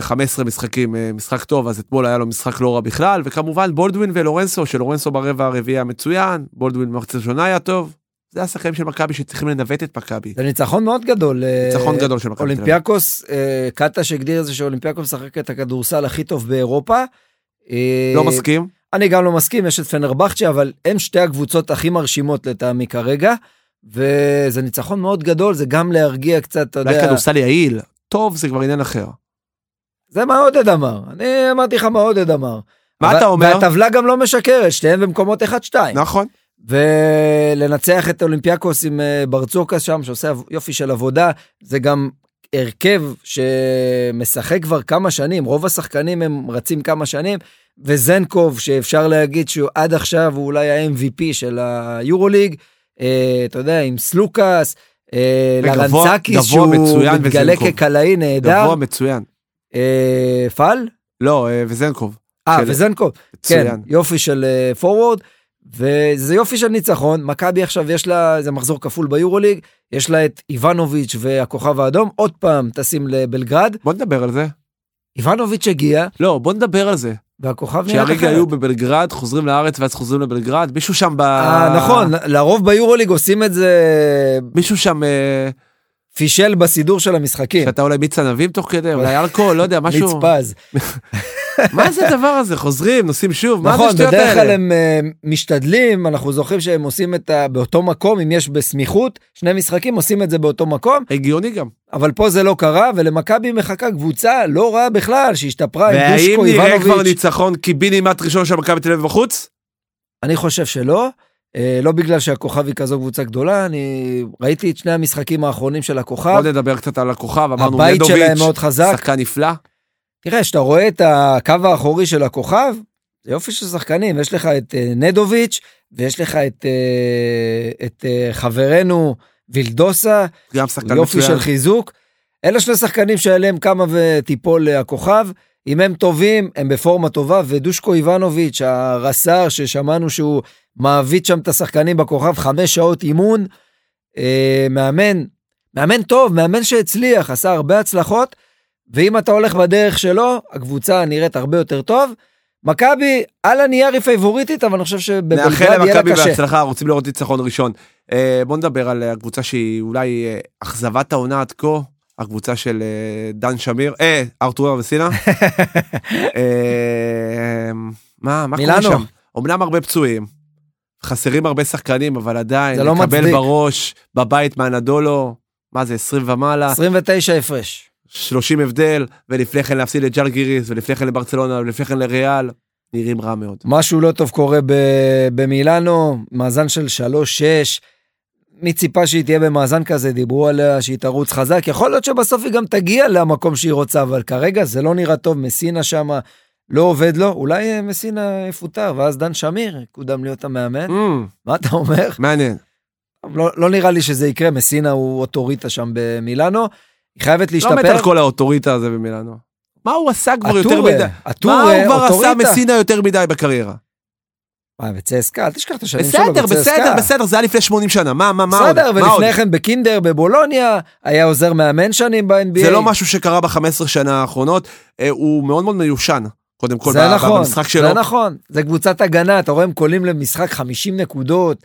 S3: 15 משחקים אה, משחק טוב אז אתמול היה לו משחק לא רע בכלל וכמובן בולדווין ולורנסו שלורנסו ברבע הרביעי היה מצוין בולדווין במחצית הראשונה היה טוב. זה השחקנים של מכבי שצריכים לנווט את מכבי.
S2: זה ניצחון מאוד גדול. אה,
S3: ניצחון גדול של מכבי. תל אביב.
S2: אולימפיאקוס, אה, קטש הגדיר את זה שאולימפיאקוס משחק את הכדורסל הכי טוב באירופה. אה,
S3: לא מסכים.
S2: אני גם לא מסכים, יש את פנרבכצ'ה, אבל הם שתי הקבוצות הכי מרשימות לטעמי כרגע, וזה ניצחון מאוד גדול, זה גם להרגיע קצת, אתה
S3: אולי
S2: יודע,
S3: כדורסל יעיל טוב זה כבר עניין אחר.
S2: זה מה עודד אמר, אני אמרתי לך מה עודד אמר.
S3: מה
S2: אבל-
S3: אתה אומר?
S2: והטבלה גם לא משקרת, שתיהן במקומות 1-2.
S3: נכון.
S2: ולנצח את אולימפיאקוס עם אה, ברצוקס שם, שעושה עב- יופי של עבודה, זה גם הרכב שמשחק כבר כמה שנים, רוב השחקנים הם רצים כמה שנים, וזנקוב, שאפשר להגיד שהוא עד עכשיו הוא אולי ה-MVP של היורוליג, אה, אתה יודע, עם סלוקאס, אה,
S3: וגבוה-
S2: לרנצקיס,
S3: גבוה
S2: שהוא
S3: מצוין,
S2: מתגלה
S3: וזנקוב.
S2: כקלעי נהדר,
S3: גבוה מצוין.
S2: אה, פעל?
S3: לא אה, וזנקוב.
S2: אה,
S3: של-
S2: וזנקוב, כן,
S3: מצוין.
S2: יופי של אה, פורוורד, וזה יופי של ניצחון. מכבי עכשיו יש לה, זה מחזור כפול ביורוליג, יש לה את איבנוביץ' והכוכב האדום, עוד פעם טסים לבלגרד.
S3: בוא נדבר על זה.
S2: איבנוביץ' הגיע,
S3: לא, בוא נדבר על זה.
S2: והכוכב נראה
S3: שהרגע
S2: אחרת.
S3: היו בבלגרד, חוזרים לארץ ואז חוזרים לבלגרד, מישהו שם ב...
S2: אה, נכון, לרוב ביורוליג עושים את זה
S3: מישהו שם, אה,
S2: פישל בסידור של המשחקים.
S3: שאתה אולי מיץ ענבים תוך כדי, אולי אלכוהול, לא יודע, משהו.
S2: כן. מיץ פז.
S3: מה זה הדבר הזה? חוזרים, נוסעים שוב, מה זה
S2: נכון,
S3: השטויות
S2: בדרך כלל
S3: האלה?
S2: הם אה, משתדלים, אנחנו זוכרים שהם עושים את ה... באותו מקום, אם יש בסמיכות, שני משחקים עושים את זה באותו מקום,
S3: הגיוני גם.
S2: אבל פה זה לא קרה, ולמכבי מחכה קבוצה לא רעה בכלל, שהשתפרה עם
S3: והאם
S2: דושקו,
S3: נראה כבר
S2: איבנוביץ'.
S3: ניצחון קיבינימט ראשון של מכבי תל אביב בחוץ?
S2: אני חושב שלא. אה, לא בגלל שהכוכב היא כזו קבוצה גדולה, אני ראיתי את שני המשחקים האחרונים של הכוכב.
S3: בוא נדבר קצת על הכוכב, אמרנו
S2: אה. הבית שלהם מאוד
S3: מנדוביץ',
S2: חזק.
S3: שחקן נפלא.
S2: תראה, כשאתה רואה את הקו האחורי של הכוכב, זה יופי של שחקנים, יש לך את אה, נדוביץ' ויש לך את, אה, את אה, חברנו וילדוסה,
S3: גם שחקן
S2: יופי
S3: מצוין.
S2: של חיזוק. אלה שני שחקנים שעליהם קמה ותיפול אה, הכוכב. אם הם טובים, הם בפורמה טובה, ודושקו איבנוביץ', הרס"ר ששמענו שהוא מעביד שם את השחקנים בכוכב, חמש שעות אימון, אה, מאמן, מאמן טוב, מאמן שהצליח, עשה הרבה הצלחות, ואם אתה הולך בדרך שלו, הקבוצה נראית הרבה יותר טוב. מכבי, על הנייר היא פייבוריטית, אבל אני חושב שבבלגרד
S3: נאחל
S2: יהיה לה
S3: למכבי
S2: קשה.
S3: בהצלחה, רוצים לראות ניצחון ראשון. אה, בוא נדבר על הקבוצה שהיא אולי אה, אכזבת העונה עד כה, הקבוצה של אה, דן שמיר, אה, ארתור וסינה. אה, מה, מה קורה
S2: מילאנו.
S3: שם? אמנם הרבה פצועים, חסרים הרבה שחקנים, אבל עדיין,
S2: זה לא
S3: לקבל
S2: מצדיק.
S3: בראש, בבית מהנדולו, מה זה, 20 ומעלה,
S2: 29 הפרש.
S3: 30 הבדל, ולפני כן להפסיד לג'לגיריס, ולפני כן לברצלונה, ולפני כן לריאל, נראים רע מאוד.
S2: משהו לא טוב קורה ב- במילאנו, מאזן של 3-6. מי ציפה שהיא תהיה במאזן כזה, דיברו עליה שהיא תרוץ חזק, יכול להיות שבסוף היא גם תגיע למקום שהיא רוצה, אבל כרגע זה לא נראה טוב, מסינה שם לא עובד לו, אולי אה, מסינה יפוטר, ואז דן שמיר קודם להיות המאמן,
S3: אמ,
S2: מה אתה אומר?
S3: מעניין.
S2: לא, לא נראה לי שזה יקרה, מסינה הוא אוטוריטה שם במילאנו, היא חייבת
S3: לא
S2: להשתפר.
S3: מת על כל האוטוריטה הזה במילאנו. מה הוא עשה כבר יותר
S2: הטורה,
S3: מדי?
S2: הטורה,
S3: מה הוא כבר
S2: אוטוריטה.
S3: עשה מסינה יותר מדי בקריירה?
S2: מה, בצסקה? אל תשכח את השנים שלו
S3: בסדר,
S2: בצסקה.
S3: בסדר, בסדר, זה היה לפני 80 שנה, מה, מה, מה עוד?
S2: בסדר,
S3: מה עוד?
S2: ולפני כן בקינדר בבולוניה, היה עוזר מאמן שנים ב-NBA.
S3: זה לא משהו שקרה ב-15 שנה האחרונות, אה, הוא מאוד מאוד מיושן, קודם כל,
S2: זה
S3: ב-
S2: נכון,
S3: במשחק שלו.
S2: זה נכון, זה קבוצת הגנה, אתה רואה הם קולים למשחק 50 נקודות.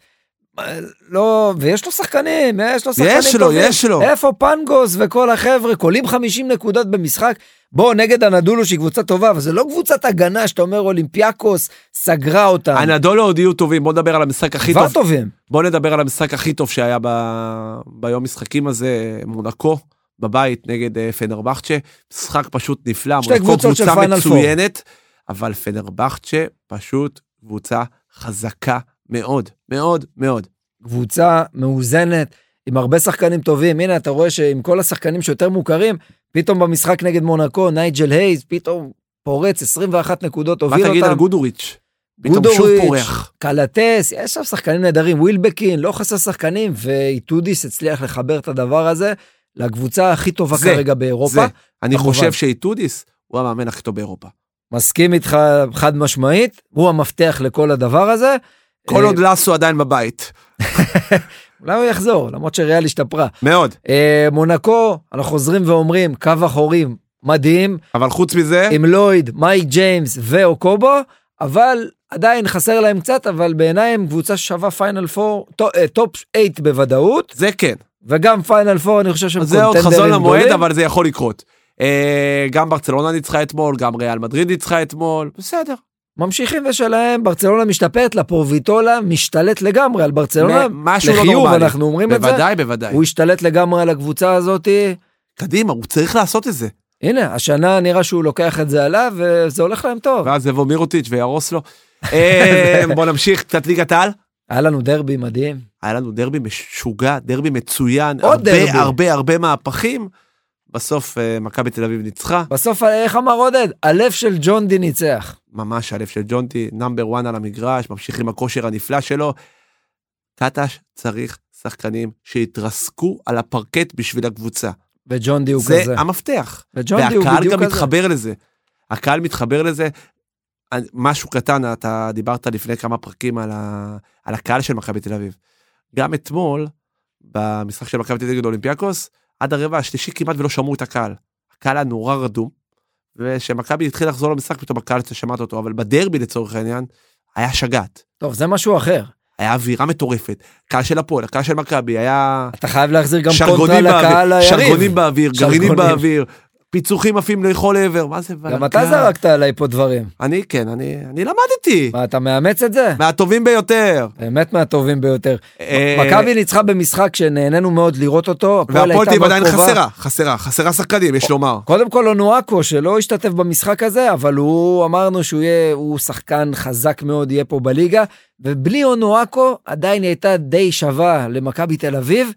S2: אה, לא, ויש לו שחקנים, יש לו שחקנים
S3: יש לו,
S2: טובים.
S3: יש לו.
S2: איפה פנגוס וכל החבר'ה, קולים 50 נקודות במשחק. בוא, נגד הנדולו שהיא קבוצה טובה, אבל זה לא קבוצת הגנה שאתה אומר אולימפיאקוס סגרה אותם.
S3: הנדולו עוד יהיו טובים, בוא נדבר על המשחק הכי
S2: נכון. כבר
S3: טוב.
S2: טובים.
S3: בוא נדבר על המשחק הכי טוב שהיה ב... ביום משחקים הזה, מונקו, בבית נגד אה, פנרבחצ'ה. משחק פשוט נפלא,
S2: שתי
S3: מונקו
S2: קבוצות של
S3: קבוצה
S2: פיינל פור.
S3: מצוינת, אבל פנרבחצ'ה פשוט קבוצה חזקה מאוד, מאוד מאוד.
S2: קבוצה מאוזנת, עם הרבה שחקנים טובים. הנה, אתה רואה שעם כל השחקנים שיותר מוכרים, פתאום במשחק נגד מונקו, נייג'ל הייז, פתאום פורץ 21 נקודות,
S3: מה
S2: הוביל
S3: תגיד על
S2: אותם.
S3: גודוריץ'? פתאום שוב
S2: גודוריץ',
S3: פורח.
S2: קלטס, יש שם שחקנים נהדרים, ווילבקין, לא חסר שחקנים, ואיטודיס הצליח לחבר את הדבר הזה לקבוצה הכי טובה
S3: זה,
S2: כרגע באירופה.
S3: זה, אני
S2: כמובן.
S3: חושב שאיטודיס הוא המאמן הכי טוב באירופה.
S2: מסכים איתך חד משמעית, הוא המפתח לכל הדבר הזה.
S3: כל
S2: אה,
S3: עוד לסו עדיין בבית.
S2: אולי הוא יחזור, למרות שריאל השתפרה.
S3: מאוד.
S2: אה, מונקו, אנחנו חוזרים ואומרים, קו אחורים, מדהים.
S3: אבל חוץ מזה,
S2: עם לויד, מייק ג'יימס ואוקובו, אבל עדיין חסר להם קצת, אבל בעיניי הם קבוצה ששווה פיינל פור, טופ 8 אה, בוודאות,
S3: זה כן.
S2: וגם פיינל פור אני חושב שהם
S3: זה עוד
S2: קונטנדרים גדולים.
S3: חזון למועד, אבל זה יכול לקרות. אה, גם ברצלונה ניצחה אתמול, גם ריאל מדריד ניצחה אתמול, בסדר.
S2: ממשיכים ושלהם, ברצלונה משתפרת, לפרוביטולה משתלט לגמרי על ברצלונה.
S3: מ- משהו לא
S2: לחיוב,
S3: נורמלי.
S2: אנחנו אומרים את זה.
S3: בוודאי, בוודאי.
S2: הוא השתלט לגמרי על הקבוצה הזאתי.
S3: קדימה, הוא צריך לעשות את זה.
S2: הנה, השנה נראה שהוא לוקח את זה עליו, וזה הולך להם טוב.
S3: ואז יבוא מירוטיץ' ויהרוס לו. אה, בוא נמשיך, קצת ליגת העל.
S2: היה לנו דרבי מדהים.
S3: היה לנו דרבי משוגע, דרבי מצוין,
S2: עוד
S3: הרבה
S2: דרבי.
S3: הרבה הרבה מהפכים. בסוף אה, מכבי תל אביב ניצחה,
S2: בסוף, איך אמר עודד? הלב של ג'ונדי ניצח.
S3: ממש הלב של ג'ונטי, נאמבר 1 על המגרש, ממשיך עם הכושר הנפלא שלו. קטש צריך שחקנים שיתרסקו על הפרקט בשביל הקבוצה.
S2: וג'ון די הוא
S3: זה
S2: כזה.
S3: המפתח.
S2: וג'ון די הוא
S3: והקהל
S2: בדיוק
S3: גם
S2: כזה.
S3: מתחבר לזה. הקהל מתחבר לזה. אני- משהו קטן, אתה דיברת לפני כמה פרקים על, ה... על הקהל של מכבי תל אביב. גם אתמול, במשחק של מכבי תל אביב נגד אולימפיאקוס, עד הרבע השלישי כמעט ולא שמעו את הקהל. הקהל היה נורא רדום, וכשמכבי התחיל לחזור למשחק, פתאום הקהל שמעת אותו, אבל בדרבי לצורך העניין, היה שגעת,
S2: טוב, זה משהו אחר.
S3: היה אווירה מטורפת, קהל של הפועל, הקהל של מכבי, היה
S2: אתה חייב להחזיר גם קונטרה
S3: שרגונים
S2: לקהל
S3: באוויר, שרגונים
S2: היריב.
S3: באוויר, גרעינים
S2: שרגונים.
S3: באוויר, פיצוחים עפים לכל עבר, מה זה
S2: גם
S3: בלאגן?
S2: אתה זרקת עליי פה דברים.
S3: אני כן, אני אני למדתי,
S2: מה, אתה מאמץ את זה?
S3: מהטובים ביותר.
S2: באמת מהטובים ביותר.
S3: אה,
S2: מכבי ניצחה במשחק שנהנינו מאוד לראות אותו, הפועל
S3: והפועל
S2: הייתה
S3: תיב
S2: מאוד
S3: עדיין
S2: קרובה.
S3: חסרה, חסרה, חסרה שחקנים, יש לומר.
S2: קודם כל אונואקו שלא השתתף במשחק הזה, אבל הוא אמרנו שהוא יהיה, הוא שחקן חזק מאוד, יהיה פה בליגה, ובלי אונואקו עדיין היא הייתה די שווה למכבי תל אביב.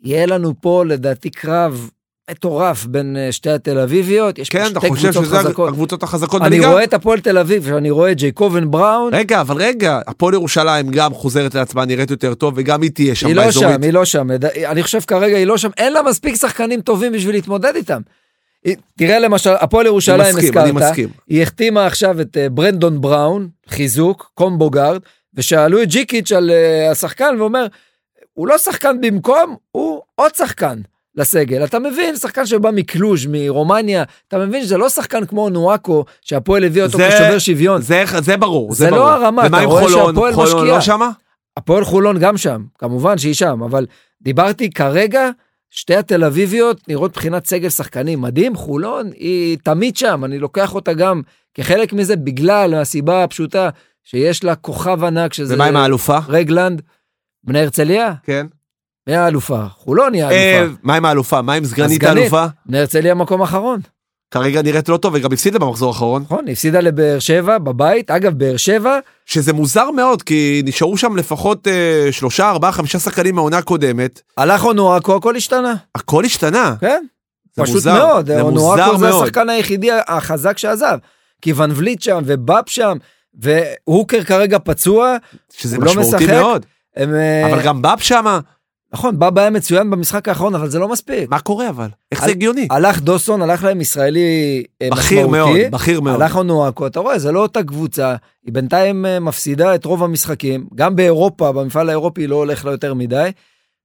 S2: יהיה לנו פה לדעתי קרב מטורף בין אה, שתי התל אביביות, יש
S3: כן,
S2: פה
S3: אתה
S2: שתי
S3: חושב
S2: קבוצות
S3: שזה
S2: חזקות.
S3: הקבוצות החזקות
S2: אני
S3: בליגה?
S2: רואה את הפועל תל אביב, אני רואה את ג'ייקובן בראון,
S3: רגע, אבל רגע, הפועל ירושלים גם חוזרת לעצמה, נראית יותר טוב, וגם היא תהיה שם
S2: היא לא
S3: באזורית.
S2: שם, היא לא שם. לד- אני חושב כרגע היא לא שם, אין לה מספיק שחקנים טובים בשביל להתמודד איתם. היא- תראה למשל, הפועל ירושלים
S3: אני מסכים, אני
S2: הזכרת,
S3: מסכים.
S2: היא החתימה עכשיו את אה, ברנדון בראון, חיזוק, קומבוגארד, ושאלו את ג'יקיץ' על אה, השחקן, והוא אומר, הוא לא שחקן במקום, הוא עוד שחקן לסגל. אתה מבין, שחקן שבא מקלוז', מרומניה, אתה מבין שזה לא שחקן כמו נואקו, שהפועל הביא אותו
S3: זה-
S2: כשובר שוויון.
S3: זה, זה ברור, זה,
S2: זה לא
S3: ברור.
S2: הרמה,
S3: ומה
S2: אתה
S3: עם
S2: רואה
S3: חולון?
S2: שהפועל
S3: חולון
S2: משקיעה.
S3: לא שמה?
S2: הפועל חולון גם שם, כמובן שהיא שם, אבל דיברתי כרגע, שתי התל אביביות נראות מבחינת סגל שחקנים מדהים, חולון היא תמיד שם, אני לוקח אותה גם כחלק מזה בגלל הסיבה הפשוטה שיש לה כוכב ענק שזה
S3: ומה עם האלופה?
S2: רגלנד, בני הרצליה,
S3: כן.
S2: מי האלופה? חולון היא
S3: אה,
S2: האלופה,
S3: מה עם האלופה? מה עם סגנית
S2: הסגנית.
S3: האלופה?
S2: בני הרצליה מקום אחרון,
S3: כרגע נראית לא טוב, וגם הפסידה במחזור האחרון.
S2: נכון, היא הפסידה לבאר שבע בבית, אגב באר שבע,
S3: שזה מוזר מאוד, כי נשארו שם לפחות אה, שלושה, ארבעה, חמישה שחקנים מהעונה הקודמת.
S2: הלך אונואקו, הכל השתנה,
S3: הכל השתנה.
S2: כן?
S3: זה
S2: פשוט
S3: מוזר,
S2: מאוד,
S3: זה
S2: אונואקו
S3: מוזר
S2: זה
S3: מאוד.
S2: השחקן היחידי החזק שעזב. כי ון וליט שם, ובאפ שם, והוקר כרגע פצוע,
S3: שזה
S2: הוא לא
S3: משמעותי
S2: משחק.
S3: מאוד.
S2: הם... אה,
S3: אבל גם באב שמה,
S2: נכון, באב היה מצוין במשחק האחרון, אבל זה לא מספיק.
S3: מה קורה אבל? איך
S2: אל-
S3: זה הגיוני?
S2: הלך דוסון, הלך להם ישראלי אה,
S3: בכיר מאוד,
S2: משמעותי.
S3: בכיר מאוד.
S2: הלך אונואקו, אתה רואה, זה לא אותה קבוצה, היא בינתיים אה, מפסידה את רוב המשחקים, גם באירופה, במפעל האירופי לא הולך לה יותר מדי.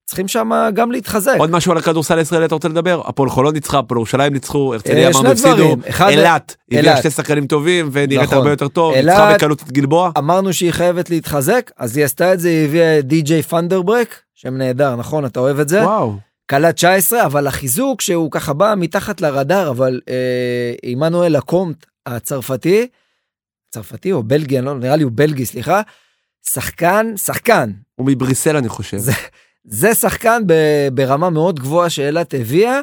S2: צריכים שם גם להתחזק.
S3: עוד משהו על הכדורסל הישראלי אתה רוצה לדבר? הפועל חולון ניצחה, הפועל ירושלים ניצחו, הרצליה
S2: אה,
S3: אמרנו
S2: שני
S3: הפסידו,
S2: דברים. אחד-
S3: אילת, הביאה
S2: אילת.
S3: שתי שחקנים טובים ונראית
S2: נכון.
S3: הרבה יותר טוב,
S2: אילת-
S3: ניצחה בקלות את גלבוע.
S2: אמרנו שהיא חייבת להתחזק, אז היא עשתה את זה, היא הביאה את די.ג'יי פנדרברק, שם נהדר, נכון? אתה אוהב את זה?
S3: וואו.
S2: כלה 19, אבל החיזוק שהוא ככה בא מתחת לרדאר, אבל אה, עמנואל הקומט הצרפתי, צרפתי או בלגי, אני לא, נראה לי הוא בלגי, סליחה, שחקן, שחקן.
S3: הוא מבריסל אני חושב.
S2: זה- זה שחקן ב, ברמה מאוד גבוהה שאילת הביאה,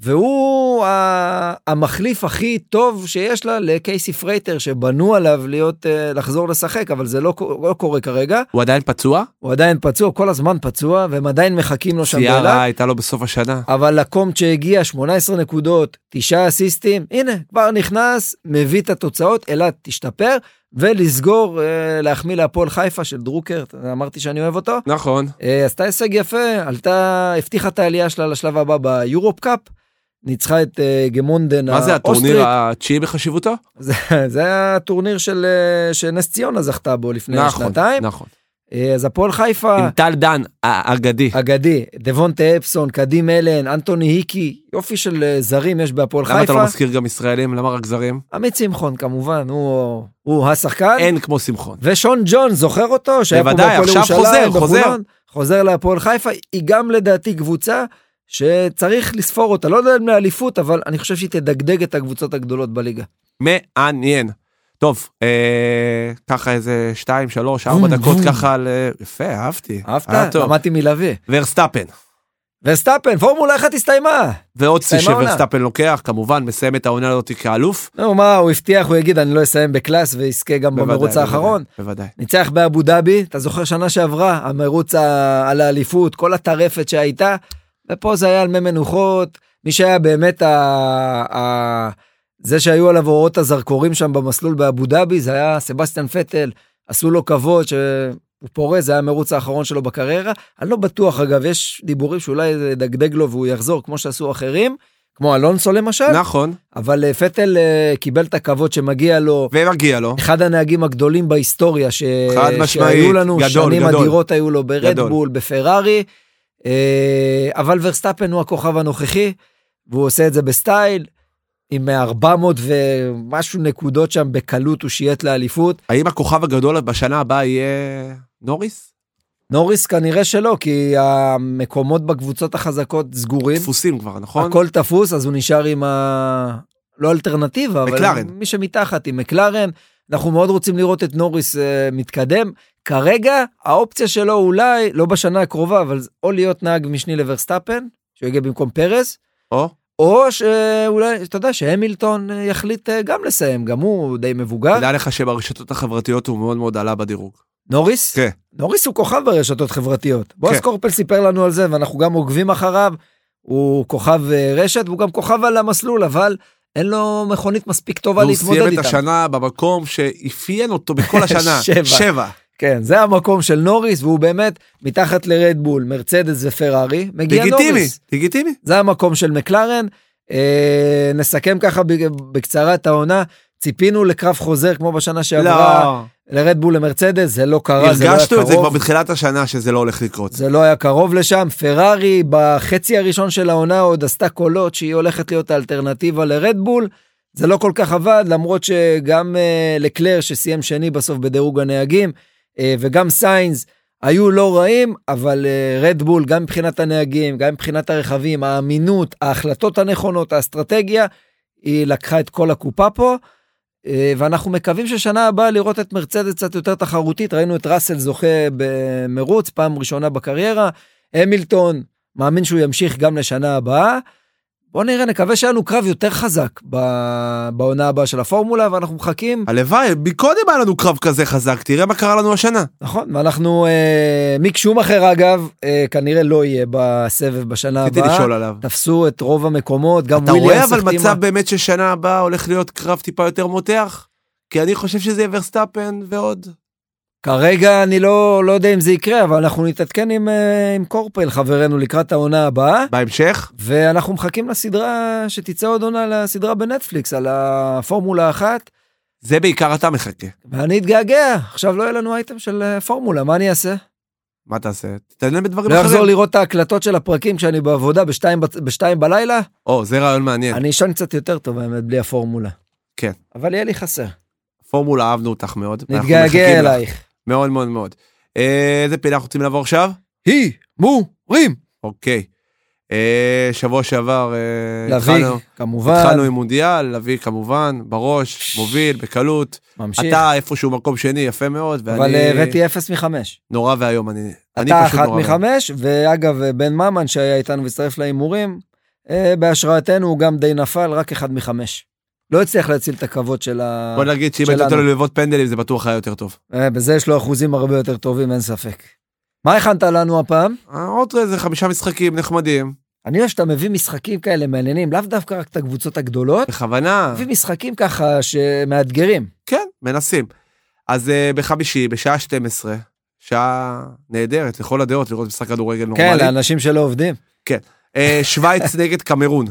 S2: והוא ה, המחליף הכי טוב שיש לה לקייסי פרייטר, שבנו עליו להיות, אה, לחזור לשחק, אבל זה לא, קו- לא קורה כרגע.
S3: הוא עדיין פצוע?
S2: הוא עדיין פצוע, כל הזמן פצוע, והם עדיין מחכים לו שם
S3: סיארה
S2: באילת.
S3: הייתה לו בסוף השנה.
S2: אבל לקומט שהגיע 18 נקודות, 9 אסיסטים, הנה, כבר נכנס, מביא את התוצאות, אילת תשתפר, ולסגור, אה, להחמיא להפועל חיפה של דרוקר, אמרתי שאני אוהב אותו.
S3: נכון.
S2: אה, עשתה הישג יפה, עלתה, הבטיחה את העלייה שלה לשלב הבא ביורופ קאפ, ניצחה את אה, גמונדן
S3: מה זה
S2: האוסטרית.
S3: הטורניר התשיעי בחשיבותו?
S2: זה, זה התורניר של, אה, שנס ציונה זכתה בו לפני
S3: נכון,
S2: שנתיים.
S3: נכון.
S2: אה, אז הפועל חיפה...
S3: עם טל דן האגדי.
S2: אגדי, דבונטה אפסון, קדים אלן, אנטוני היקי, יופי של אה, זרים יש בהפועל
S3: למה אתה
S2: חיפה.
S3: לא מזכיר גם ישראלים? למה רק זרים?
S2: עמית שמחון כמובן, הוא, הוא השחקן.
S3: אין כמו שמחון.
S2: ושון ג'ון, זוכר אותו? שהיה פה
S3: בוודאי,
S2: בהפועל
S3: עכשיו
S2: ירושלים,
S3: חוזר, חוזר.
S2: בחולון, חוזר להפועל חיפה, היא גם לדעתי קבוצה שצריך לספור אותה, לא יודע אם לאליפות, אבל אני חושב שהיא תדגדג את הקבוצות הגדולות בליגה.
S3: מעניין. טוב, אה, ככה איזה שתיים, שלוש, ארבע
S2: וום,
S3: דקות
S2: וום.
S3: ככה על... אה, יפה, אהבתי. היה
S2: Mm, אהבת?
S3: טוב.
S2: אה, למדתי מלוי.
S3: ורסטאפן.
S2: וסטאפן, פורמולה אחת הסתיימה.
S3: ועוד שיא
S2: הסתיימה העונה.
S3: שוורסטאפן לוקח, כמובן, מסיים את העונה הזאת כאלוף.
S2: נו מה, הוא הבטיח, הוא יגיד, אני לא אסיים בקלאס ויזכה גם
S3: בוודאי,
S2: במרוץ
S3: בוודאי,
S2: האחרון.
S3: בוודאי.
S2: ניצח באבו דאבי, אתה זוכר שנה שעברה, המרוץ ה- על האליפות, כל הטרפת שהייתה, ופה זה היה על מי מנוחות, מי שהיה באמת ה... ה... זה שהיו עליו אורות הזרקורים שם במסלול באבו דאבי, זה היה סבסטיאן פטל, עשו לו כבוד שהוא פורש, זה היה המרוץ האחרון שלו בקריירה. אני לא בטוח, אגב, יש דיבורים שאולי זה ידגדג לו והוא יחזור, כמו שעשו אחרים, כמו אלונסו למשל,
S3: נכון,
S2: אבל אה, פטל אה, קיבל את הכבוד שמגיע לו.
S3: ומגיע לו.
S2: אחד הנהגים הגדולים בהיסטוריה ש...
S3: חד משמעית,
S2: שהיו לנו,
S3: גדול,
S2: שנים
S3: גדול.
S2: אדירות היו לו
S3: גדול.
S2: ברדבול, בפרארי, אה, אבל ורסטאפן הוא הכוכב הנוכחי, והוא עושה את זה בסטייל, עם 400 ומשהו נקודות שם בקלות הוא שייט לאליפות.
S3: האם הכוכב הגדול בשנה הבאה יהיה נוריס?
S2: נוריס כנראה שלא, כי המקומות בקבוצות החזקות סגורים.
S3: דפוסים כבר, נכון?
S2: כן. הכל תפוס, אז הוא נשאר עם ה... לא אלטרנטיבה, אבל
S3: מקלרן.
S2: מי שמתחת עם מקלרן. אנחנו מאוד רוצים לראות את נוריס אה, מתקדם. כרגע האופציה שלו אולי, לא בשנה הקרובה, אבל זה או להיות נהג משני לברסטאפן, שהוא יגיע במקום פרס,
S3: או?
S2: או שאולי, אתה יודע, שהמילטון אה, יחליט אה, גם לסיים, גם הוא די מבוגר.
S3: תדע לך שברשתות החברתיות הוא מאוד מאוד עלה בדירוג.
S2: נוריס?
S3: כן.
S2: נוריס הוא כוכב ברשתות חברתיות. בועז
S3: כן.
S2: קורפל סיפר לנו על זה, ואנחנו גם עוקבים אחריו. הוא כוכב אה, רשת, והוא גם כוכב על המסלול, אבל אין לו מכונית מספיק טובה
S3: והוא
S2: להתמודד
S3: סיים
S2: איתה.
S3: את השנה במקום שאפיין אותו בכל השנה.
S2: שבע.
S3: שבע.
S2: כן, זה המקום של נוריס, והוא באמת מתחת לרדבול, מרצדס ופרארי, מגיע
S3: לגיטימי,
S2: נוריס.
S3: לגיטימי.
S2: זה המקום של מקלרן. אה, נסכם ככה ב- בקצרה את העונה. ציפינו לקרב חוזר כמו בשנה שעברה
S3: לא.
S2: לרדבול למרצדס, זה לא קרה, אה, זה לא היה
S3: הרגשנו
S2: קרוב.
S3: את זה כבר בתחילת השנה שזה לא הולך לקרות.
S2: זה לא היה קרוב לשם, פרארי בחצי הראשון של העונה עוד עשתה קולות שהיא הולכת להיות האלטרנטיבה לרדבול. זה לא כל כך עבד, למרות שגם אה, לקלר שסיים שני בסוף בדירוג הנהגים, אה, וגם סיינס היו לא רעים, אבל אה, רדבול, גם מבחינת הנהגים, גם מבחינת הרכבים, האמינות, ההחלטות הנכונות, האסטרטגיה, היא לקחה את כל הקופה פה. אה, ואנחנו מקווים ששנה הבאה לראות את מרצדס קצת יותר תחרותית, ראינו את ראסל זוכה במרוץ, פעם ראשונה בקריירה, המילטון, מאמין שהוא ימשיך גם לשנה הבאה. בוא נראה, נקווה שהיה לנו קרב יותר חזק ב- בעונה הבאה של הפורמולה, ואנחנו מחכים,
S3: הלוואי, מקודם היה לנו קרב כזה חזק, תראה מה קרה לנו השנה.
S2: נכון, ואנחנו, אה, מיק שומאחר אגב, אה, כנראה לא יהיה בסבב בשנה
S3: רציתי
S2: הבאה.
S3: לשאול עליו.
S2: תפסו את רוב המקומות, גם
S3: אתה רואה
S2: וויליאמס
S3: אבל
S2: החתימה.
S3: מצב באמת ששנה הבאה הולך להיות קרב טיפה יותר מותח? כי אני חושב שזה יהיה ורסטאפן ועוד.
S2: כרגע אני לא, לא יודע אם זה יקרה, אבל אנחנו נתעדכן עם, אה, עם קורפל, חברנו, לקראת העונה הבאה.
S3: בהמשך?
S2: ואנחנו מחכים לסדרה שתצא עוד עונה לסדרה בנטפליקס על הפורמולה אחת,
S3: זה בעיקר אתה מחכה.
S2: ואני אתגעגע, עכשיו לא יהיה לנו אייטם של אה, פורמולה, מה אני אעשה?
S3: מה תעשה? תתעניין בדברים
S2: לא אחזור
S3: אחרים.
S2: לראות את ההקלטות של הפרקים כשאני בעבודה בשתיים, בת- בשתיים בלילה?
S3: או, זה רעיון מעניין.
S2: אני אשן קצת יותר טוב האמת בלי הפורמולה.
S3: כן.
S2: אבל יהיה לי חסר.
S3: פורמולה אהבנו אותך מאוד. ואנחנו מחכים לך.
S2: נתגעגע אלייך.
S3: מאוד מאוד מאוד. אה, איזה פינה אנחנו רוצים לעבור עכשיו?
S2: הימורים!
S3: אוקיי. אה, שבוע שעבר אה,
S2: לביא,
S3: התחלנו-
S2: כמובן,
S3: התחלנו עם מונדיאל, לביא כמובן, בראש, מוביל, בקלות.
S2: ממשיך.
S3: אתה איפשהו מקום שני, יפה מאוד, ואני
S2: אבל אה, הבאתי 0 מחמש.
S3: נורא ואיום, אני, אני
S2: אתה אחת
S3: פשוט נורא לא- ואיום.
S2: מחמש, ואגב, בן ממן שהיה איתנו והצטרף להימורים, אה, בהשראתנו הוא גם די נפל, רק אחד מחמש. לא הצליח להציל את הכבוד של ה...
S3: בוא נגיד שאם
S2: שלנו.
S3: הייתה לו לבעוט פנדלים זה בטוח היה יותר טוב.
S2: אה, בזה יש לו אחוזים הרבה יותר טובים, אין ספק. מה הכנת לנו הפעם?
S3: אה, עוד איזה חמישה משחקים נחמדים,
S2: אני אוהב שאתה מביא משחקים כאלה מעניינים, לאו דווקא רק את הקבוצות הגדולות,
S3: בכוונה,
S2: מביא משחקים ככה שמאתגרים.
S3: כן, מנסים. אז אה, בחמישי, בשעה 12, שעה נהדרת לכל הדעות לראות משחק כדורגל
S2: כן,
S3: נורמלי.
S2: לאנשים שלא עובדים.
S3: אה, שווייץ נגד קמרון.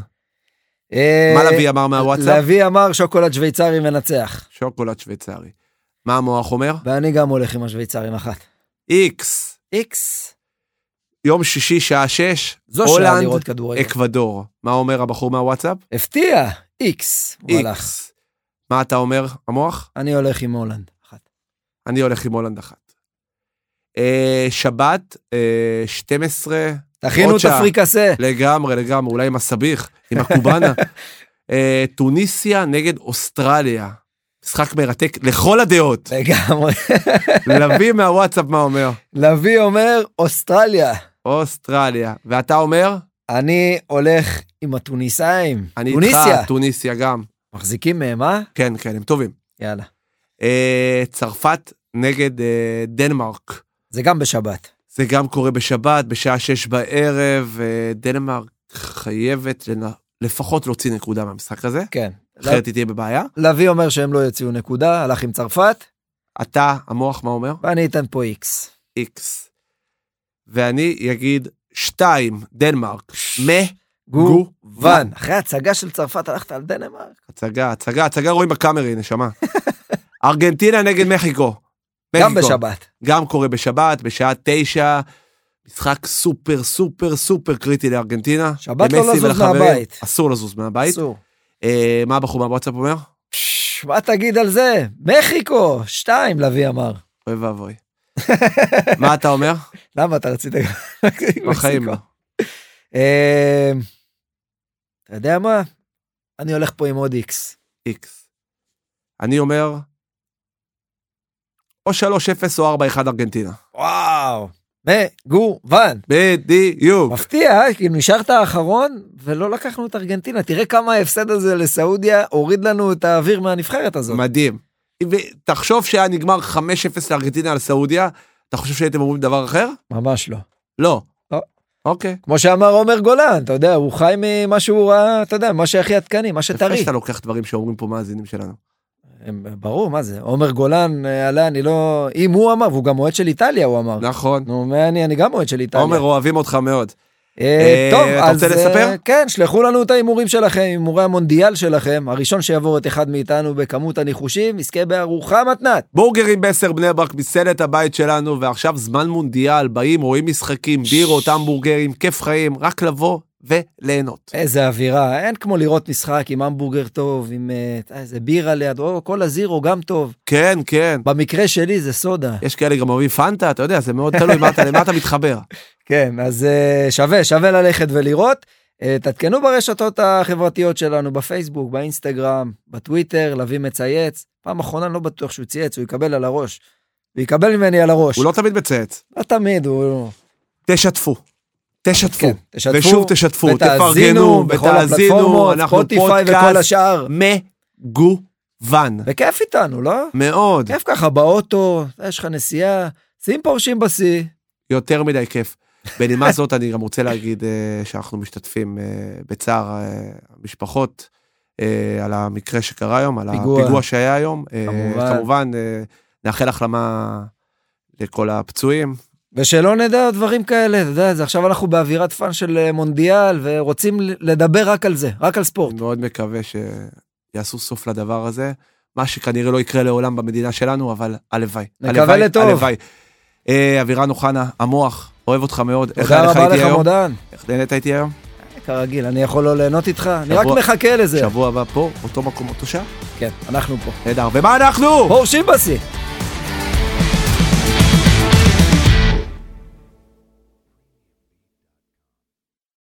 S2: אה,
S3: מה לביא אמר מהוואטסאפ?
S2: לביא אמר שוקולד שוויצרי מנצח,
S3: שוקולד שוויצרי. מה המוח אומר?
S2: ואני גם הולך עם השוויצרים אחת.
S3: איקס.
S2: איקס.
S3: יום שישי, שעה 6,
S2: זו שעה
S3: הולנד,
S2: לראות כדורגל.
S3: אקוודור. מה אומר הבחור מהוואטסאפ?
S2: הפתיע, איקס, הוא הלך.
S3: איקס. מה אתה אומר, המוח?
S2: אני הולך עם הולנד. אחת.
S3: אני הולך עם הולנד אחת. אה, שבת, אה, 12,
S2: תכינו
S3: עוד
S2: את
S3: שעה.
S2: הפריקסה.
S3: לגמרי, לגמרי, אולי עם הסביח, עם הקובאנה. אה, טוניסיה נגד אוסטרליה. משחק מרתק לכל הדעות.
S2: לגמרי.
S3: לביא מהוואטסאפ מה אומר?
S2: לביא אומר, אוסטרליה.
S3: אוסטרליה. ואתה אומר?
S2: אני הולך עם הטוניסאים.
S3: אני
S2: טוניסיה.
S3: איתך, טוניסיה גם.
S2: מחזיקים מהם, אה?
S3: כן, כן, הם טובים.
S2: יאללה.
S3: אה, צרפת נגד אה, דנמרק.
S2: זה גם בשבת.
S3: זה גם קורה בשבת, בשעה שש בערב. אה, דנמרק חייבת לנ... לפחות להוציא נקודה מהמשחק הזה,
S2: כן.
S3: אחרת היא תהיה בבעיה.
S2: לביא אומר שהם לא יוציאו נקודה, הלך עם צרפת,
S3: אתה, המוח, מה אומר?
S2: ואני אתן פה איקס.
S3: איקס. ואני אגיד שתיים, דנמרק. מה?
S2: גוון. אחרי הצגה של צרפת הלכת על דנמרק?
S3: הצגה, הצגה, הצגה רואים בקאמרי, נשמה. ארגנטינה נגד מחיקו.
S2: גם
S3: מחיקו.
S2: בשבת.
S3: גם קורה בשבת, בשעה תשע. משחק סופר סופר סופר קריטי לארגנטינה.
S2: שבת לא
S3: למסי
S2: לזוז
S3: ולחברים.
S2: מהבית.
S3: אסור לזוז מהבית.
S2: אסור.
S3: אה, מה הבחור מהוואטסאפ אומר?
S2: פש, מה תגיד על זה? מקסיקו, שתיים, לביא אמר.
S3: אוי ואבוי. מה אתה אומר?
S2: למה אתה רצית להגיד
S3: בחיים לא.
S2: אה, אתה יודע מה? אני הולך פה עם עוד איקס.
S3: איקס. אני אומר, או 3-0 או 4-1 ארגנטינה.
S2: וואו. מגוון.
S3: בדיוק.
S2: מפתיע, אה? כאילו נשארת האחרון ולא לקחנו את ארגנטינה. תראה כמה ההפסד הזה לסעודיה הוריד לנו את האוויר מהנבחרת הזאת.
S3: מדהים. תחשוב שהיה נגמר 5-0 לארגנטינה על סעודיה, אתה חושב שהייתם אומרים דבר אחר?
S2: ממש לא.
S3: לא.
S2: לא.
S3: אוקיי.
S2: כמו שאמר עומר גולן, אתה יודע, הוא חי ממה שהוא ראה, אתה יודע, מה שהכי עדכני, מה
S3: יפה
S2: שטרי.
S3: שאתה לוקח דברים שאומרים פה מאזינים שלנו.
S2: הם- ברור, מה זה? עומר גולן אה, עלה, אני לא... אם הוא אמר, והוא גם אוהד של איטליה, הוא אמר.
S3: נכון.
S2: נו, מה אני? אני גם אוהד של איטליה.
S3: עומר, אוהבים אותך מאוד.
S2: אה,
S3: אה,
S2: טוב,
S3: אתה
S2: אז...
S3: רוצה
S2: אה,
S3: לספר?
S2: כן, שלחו לנו את ההימורים שלכם, הימורי המונדיאל שלכם. הראשון שיעבור את אחד מאיתנו בכמות הניחושים, יזכה בארוחה מתנת.
S3: בורגרים בעשר בני ברק ביסל את הבית שלנו, ועכשיו זמן מונדיאל, באים, רואים משחקים, בירות, המבורגרים, כיף חיים, רק לבוא וליהנות.
S2: איזה אווירה, אין כמו לראות משחק עם המבורגר טוב, עם אה, איזה בירה ליד, או כל הזירו גם טוב.
S3: כן, כן.
S2: במקרה שלי זה סודה.
S3: יש כאלה גם אוהבים פנטה, אתה יודע, זה מאוד תלוי מה אתה- למה אתה מתחבר.
S2: כן, אז אה, שווה, שווה ללכת ולראות. אה, תעדכנו ברשתות החברתיות שלנו, בפייסבוק, באינסטגרם, בטוויטר, לביא מצייץ. פעם אחרונה אני לא בטוח שהוא צייץ, הוא יקבל על הראש. הוא יקבל ממני על הראש.
S3: הוא לא תמיד מצייץ.
S2: לא תמיד, הוא...
S3: תשתפו. תשתפו.
S2: כן, תשתפו,
S3: ושוב תשתפו,
S2: ותאזינו
S3: תפרגנו,
S2: בכל
S3: ותאזינו,
S2: הפלטפורמות,
S3: אנחנו
S2: ספוטיפיי וכל
S3: פודקאסט
S2: השאר.
S3: מגוון.
S2: וכיף איתנו, לא?
S3: מאוד.
S2: כיף ככה באוטו, יש לך נסיעה, שים פורשים בשיא.
S3: יותר מדי כיף. בנימה זאת אני גם רוצה להגיד אה, שאנחנו משתתפים אה, בצער אה, המשפחות אה, על המקרה שקרה היום, על
S2: פיגוע.
S3: הפיגוע שהיה היום. אה,
S2: כמובן.
S3: כמובן, אה, נאחל החלמה לכל הפצועים.
S2: ושלא נדע דברים כאלה, אתה יודע, זה עכשיו אנחנו באווירת פאן של אה, מונדיאל, ורוצים לדבר רק על זה, רק על ספורט.
S3: אני מאוד מקווה שיעשו סוף לדבר הזה, מה שכנראה לא יקרה לעולם במדינה שלנו, אבל הלוואי.
S2: נקווה
S3: הלוואי,
S2: לטוב.
S3: הלוואי. אה, אבירן אוחנה, המוח, אוהב אותך מאוד. איך
S2: תודה
S3: היה לך
S2: רבה
S3: איתי
S2: לך,
S3: היום?
S2: מודען.
S3: איך נהנית איתי היום?
S2: כרגיל, אני יכול לא ליהנות איתך, אני רק
S3: שבוע-
S2: מחכה לזה.
S3: שבוע הבא פה, אותו מקום, אותו שעה.
S2: כן, אנחנו פה.
S3: נהדר. ומה אנחנו?
S2: פורשים בשיא.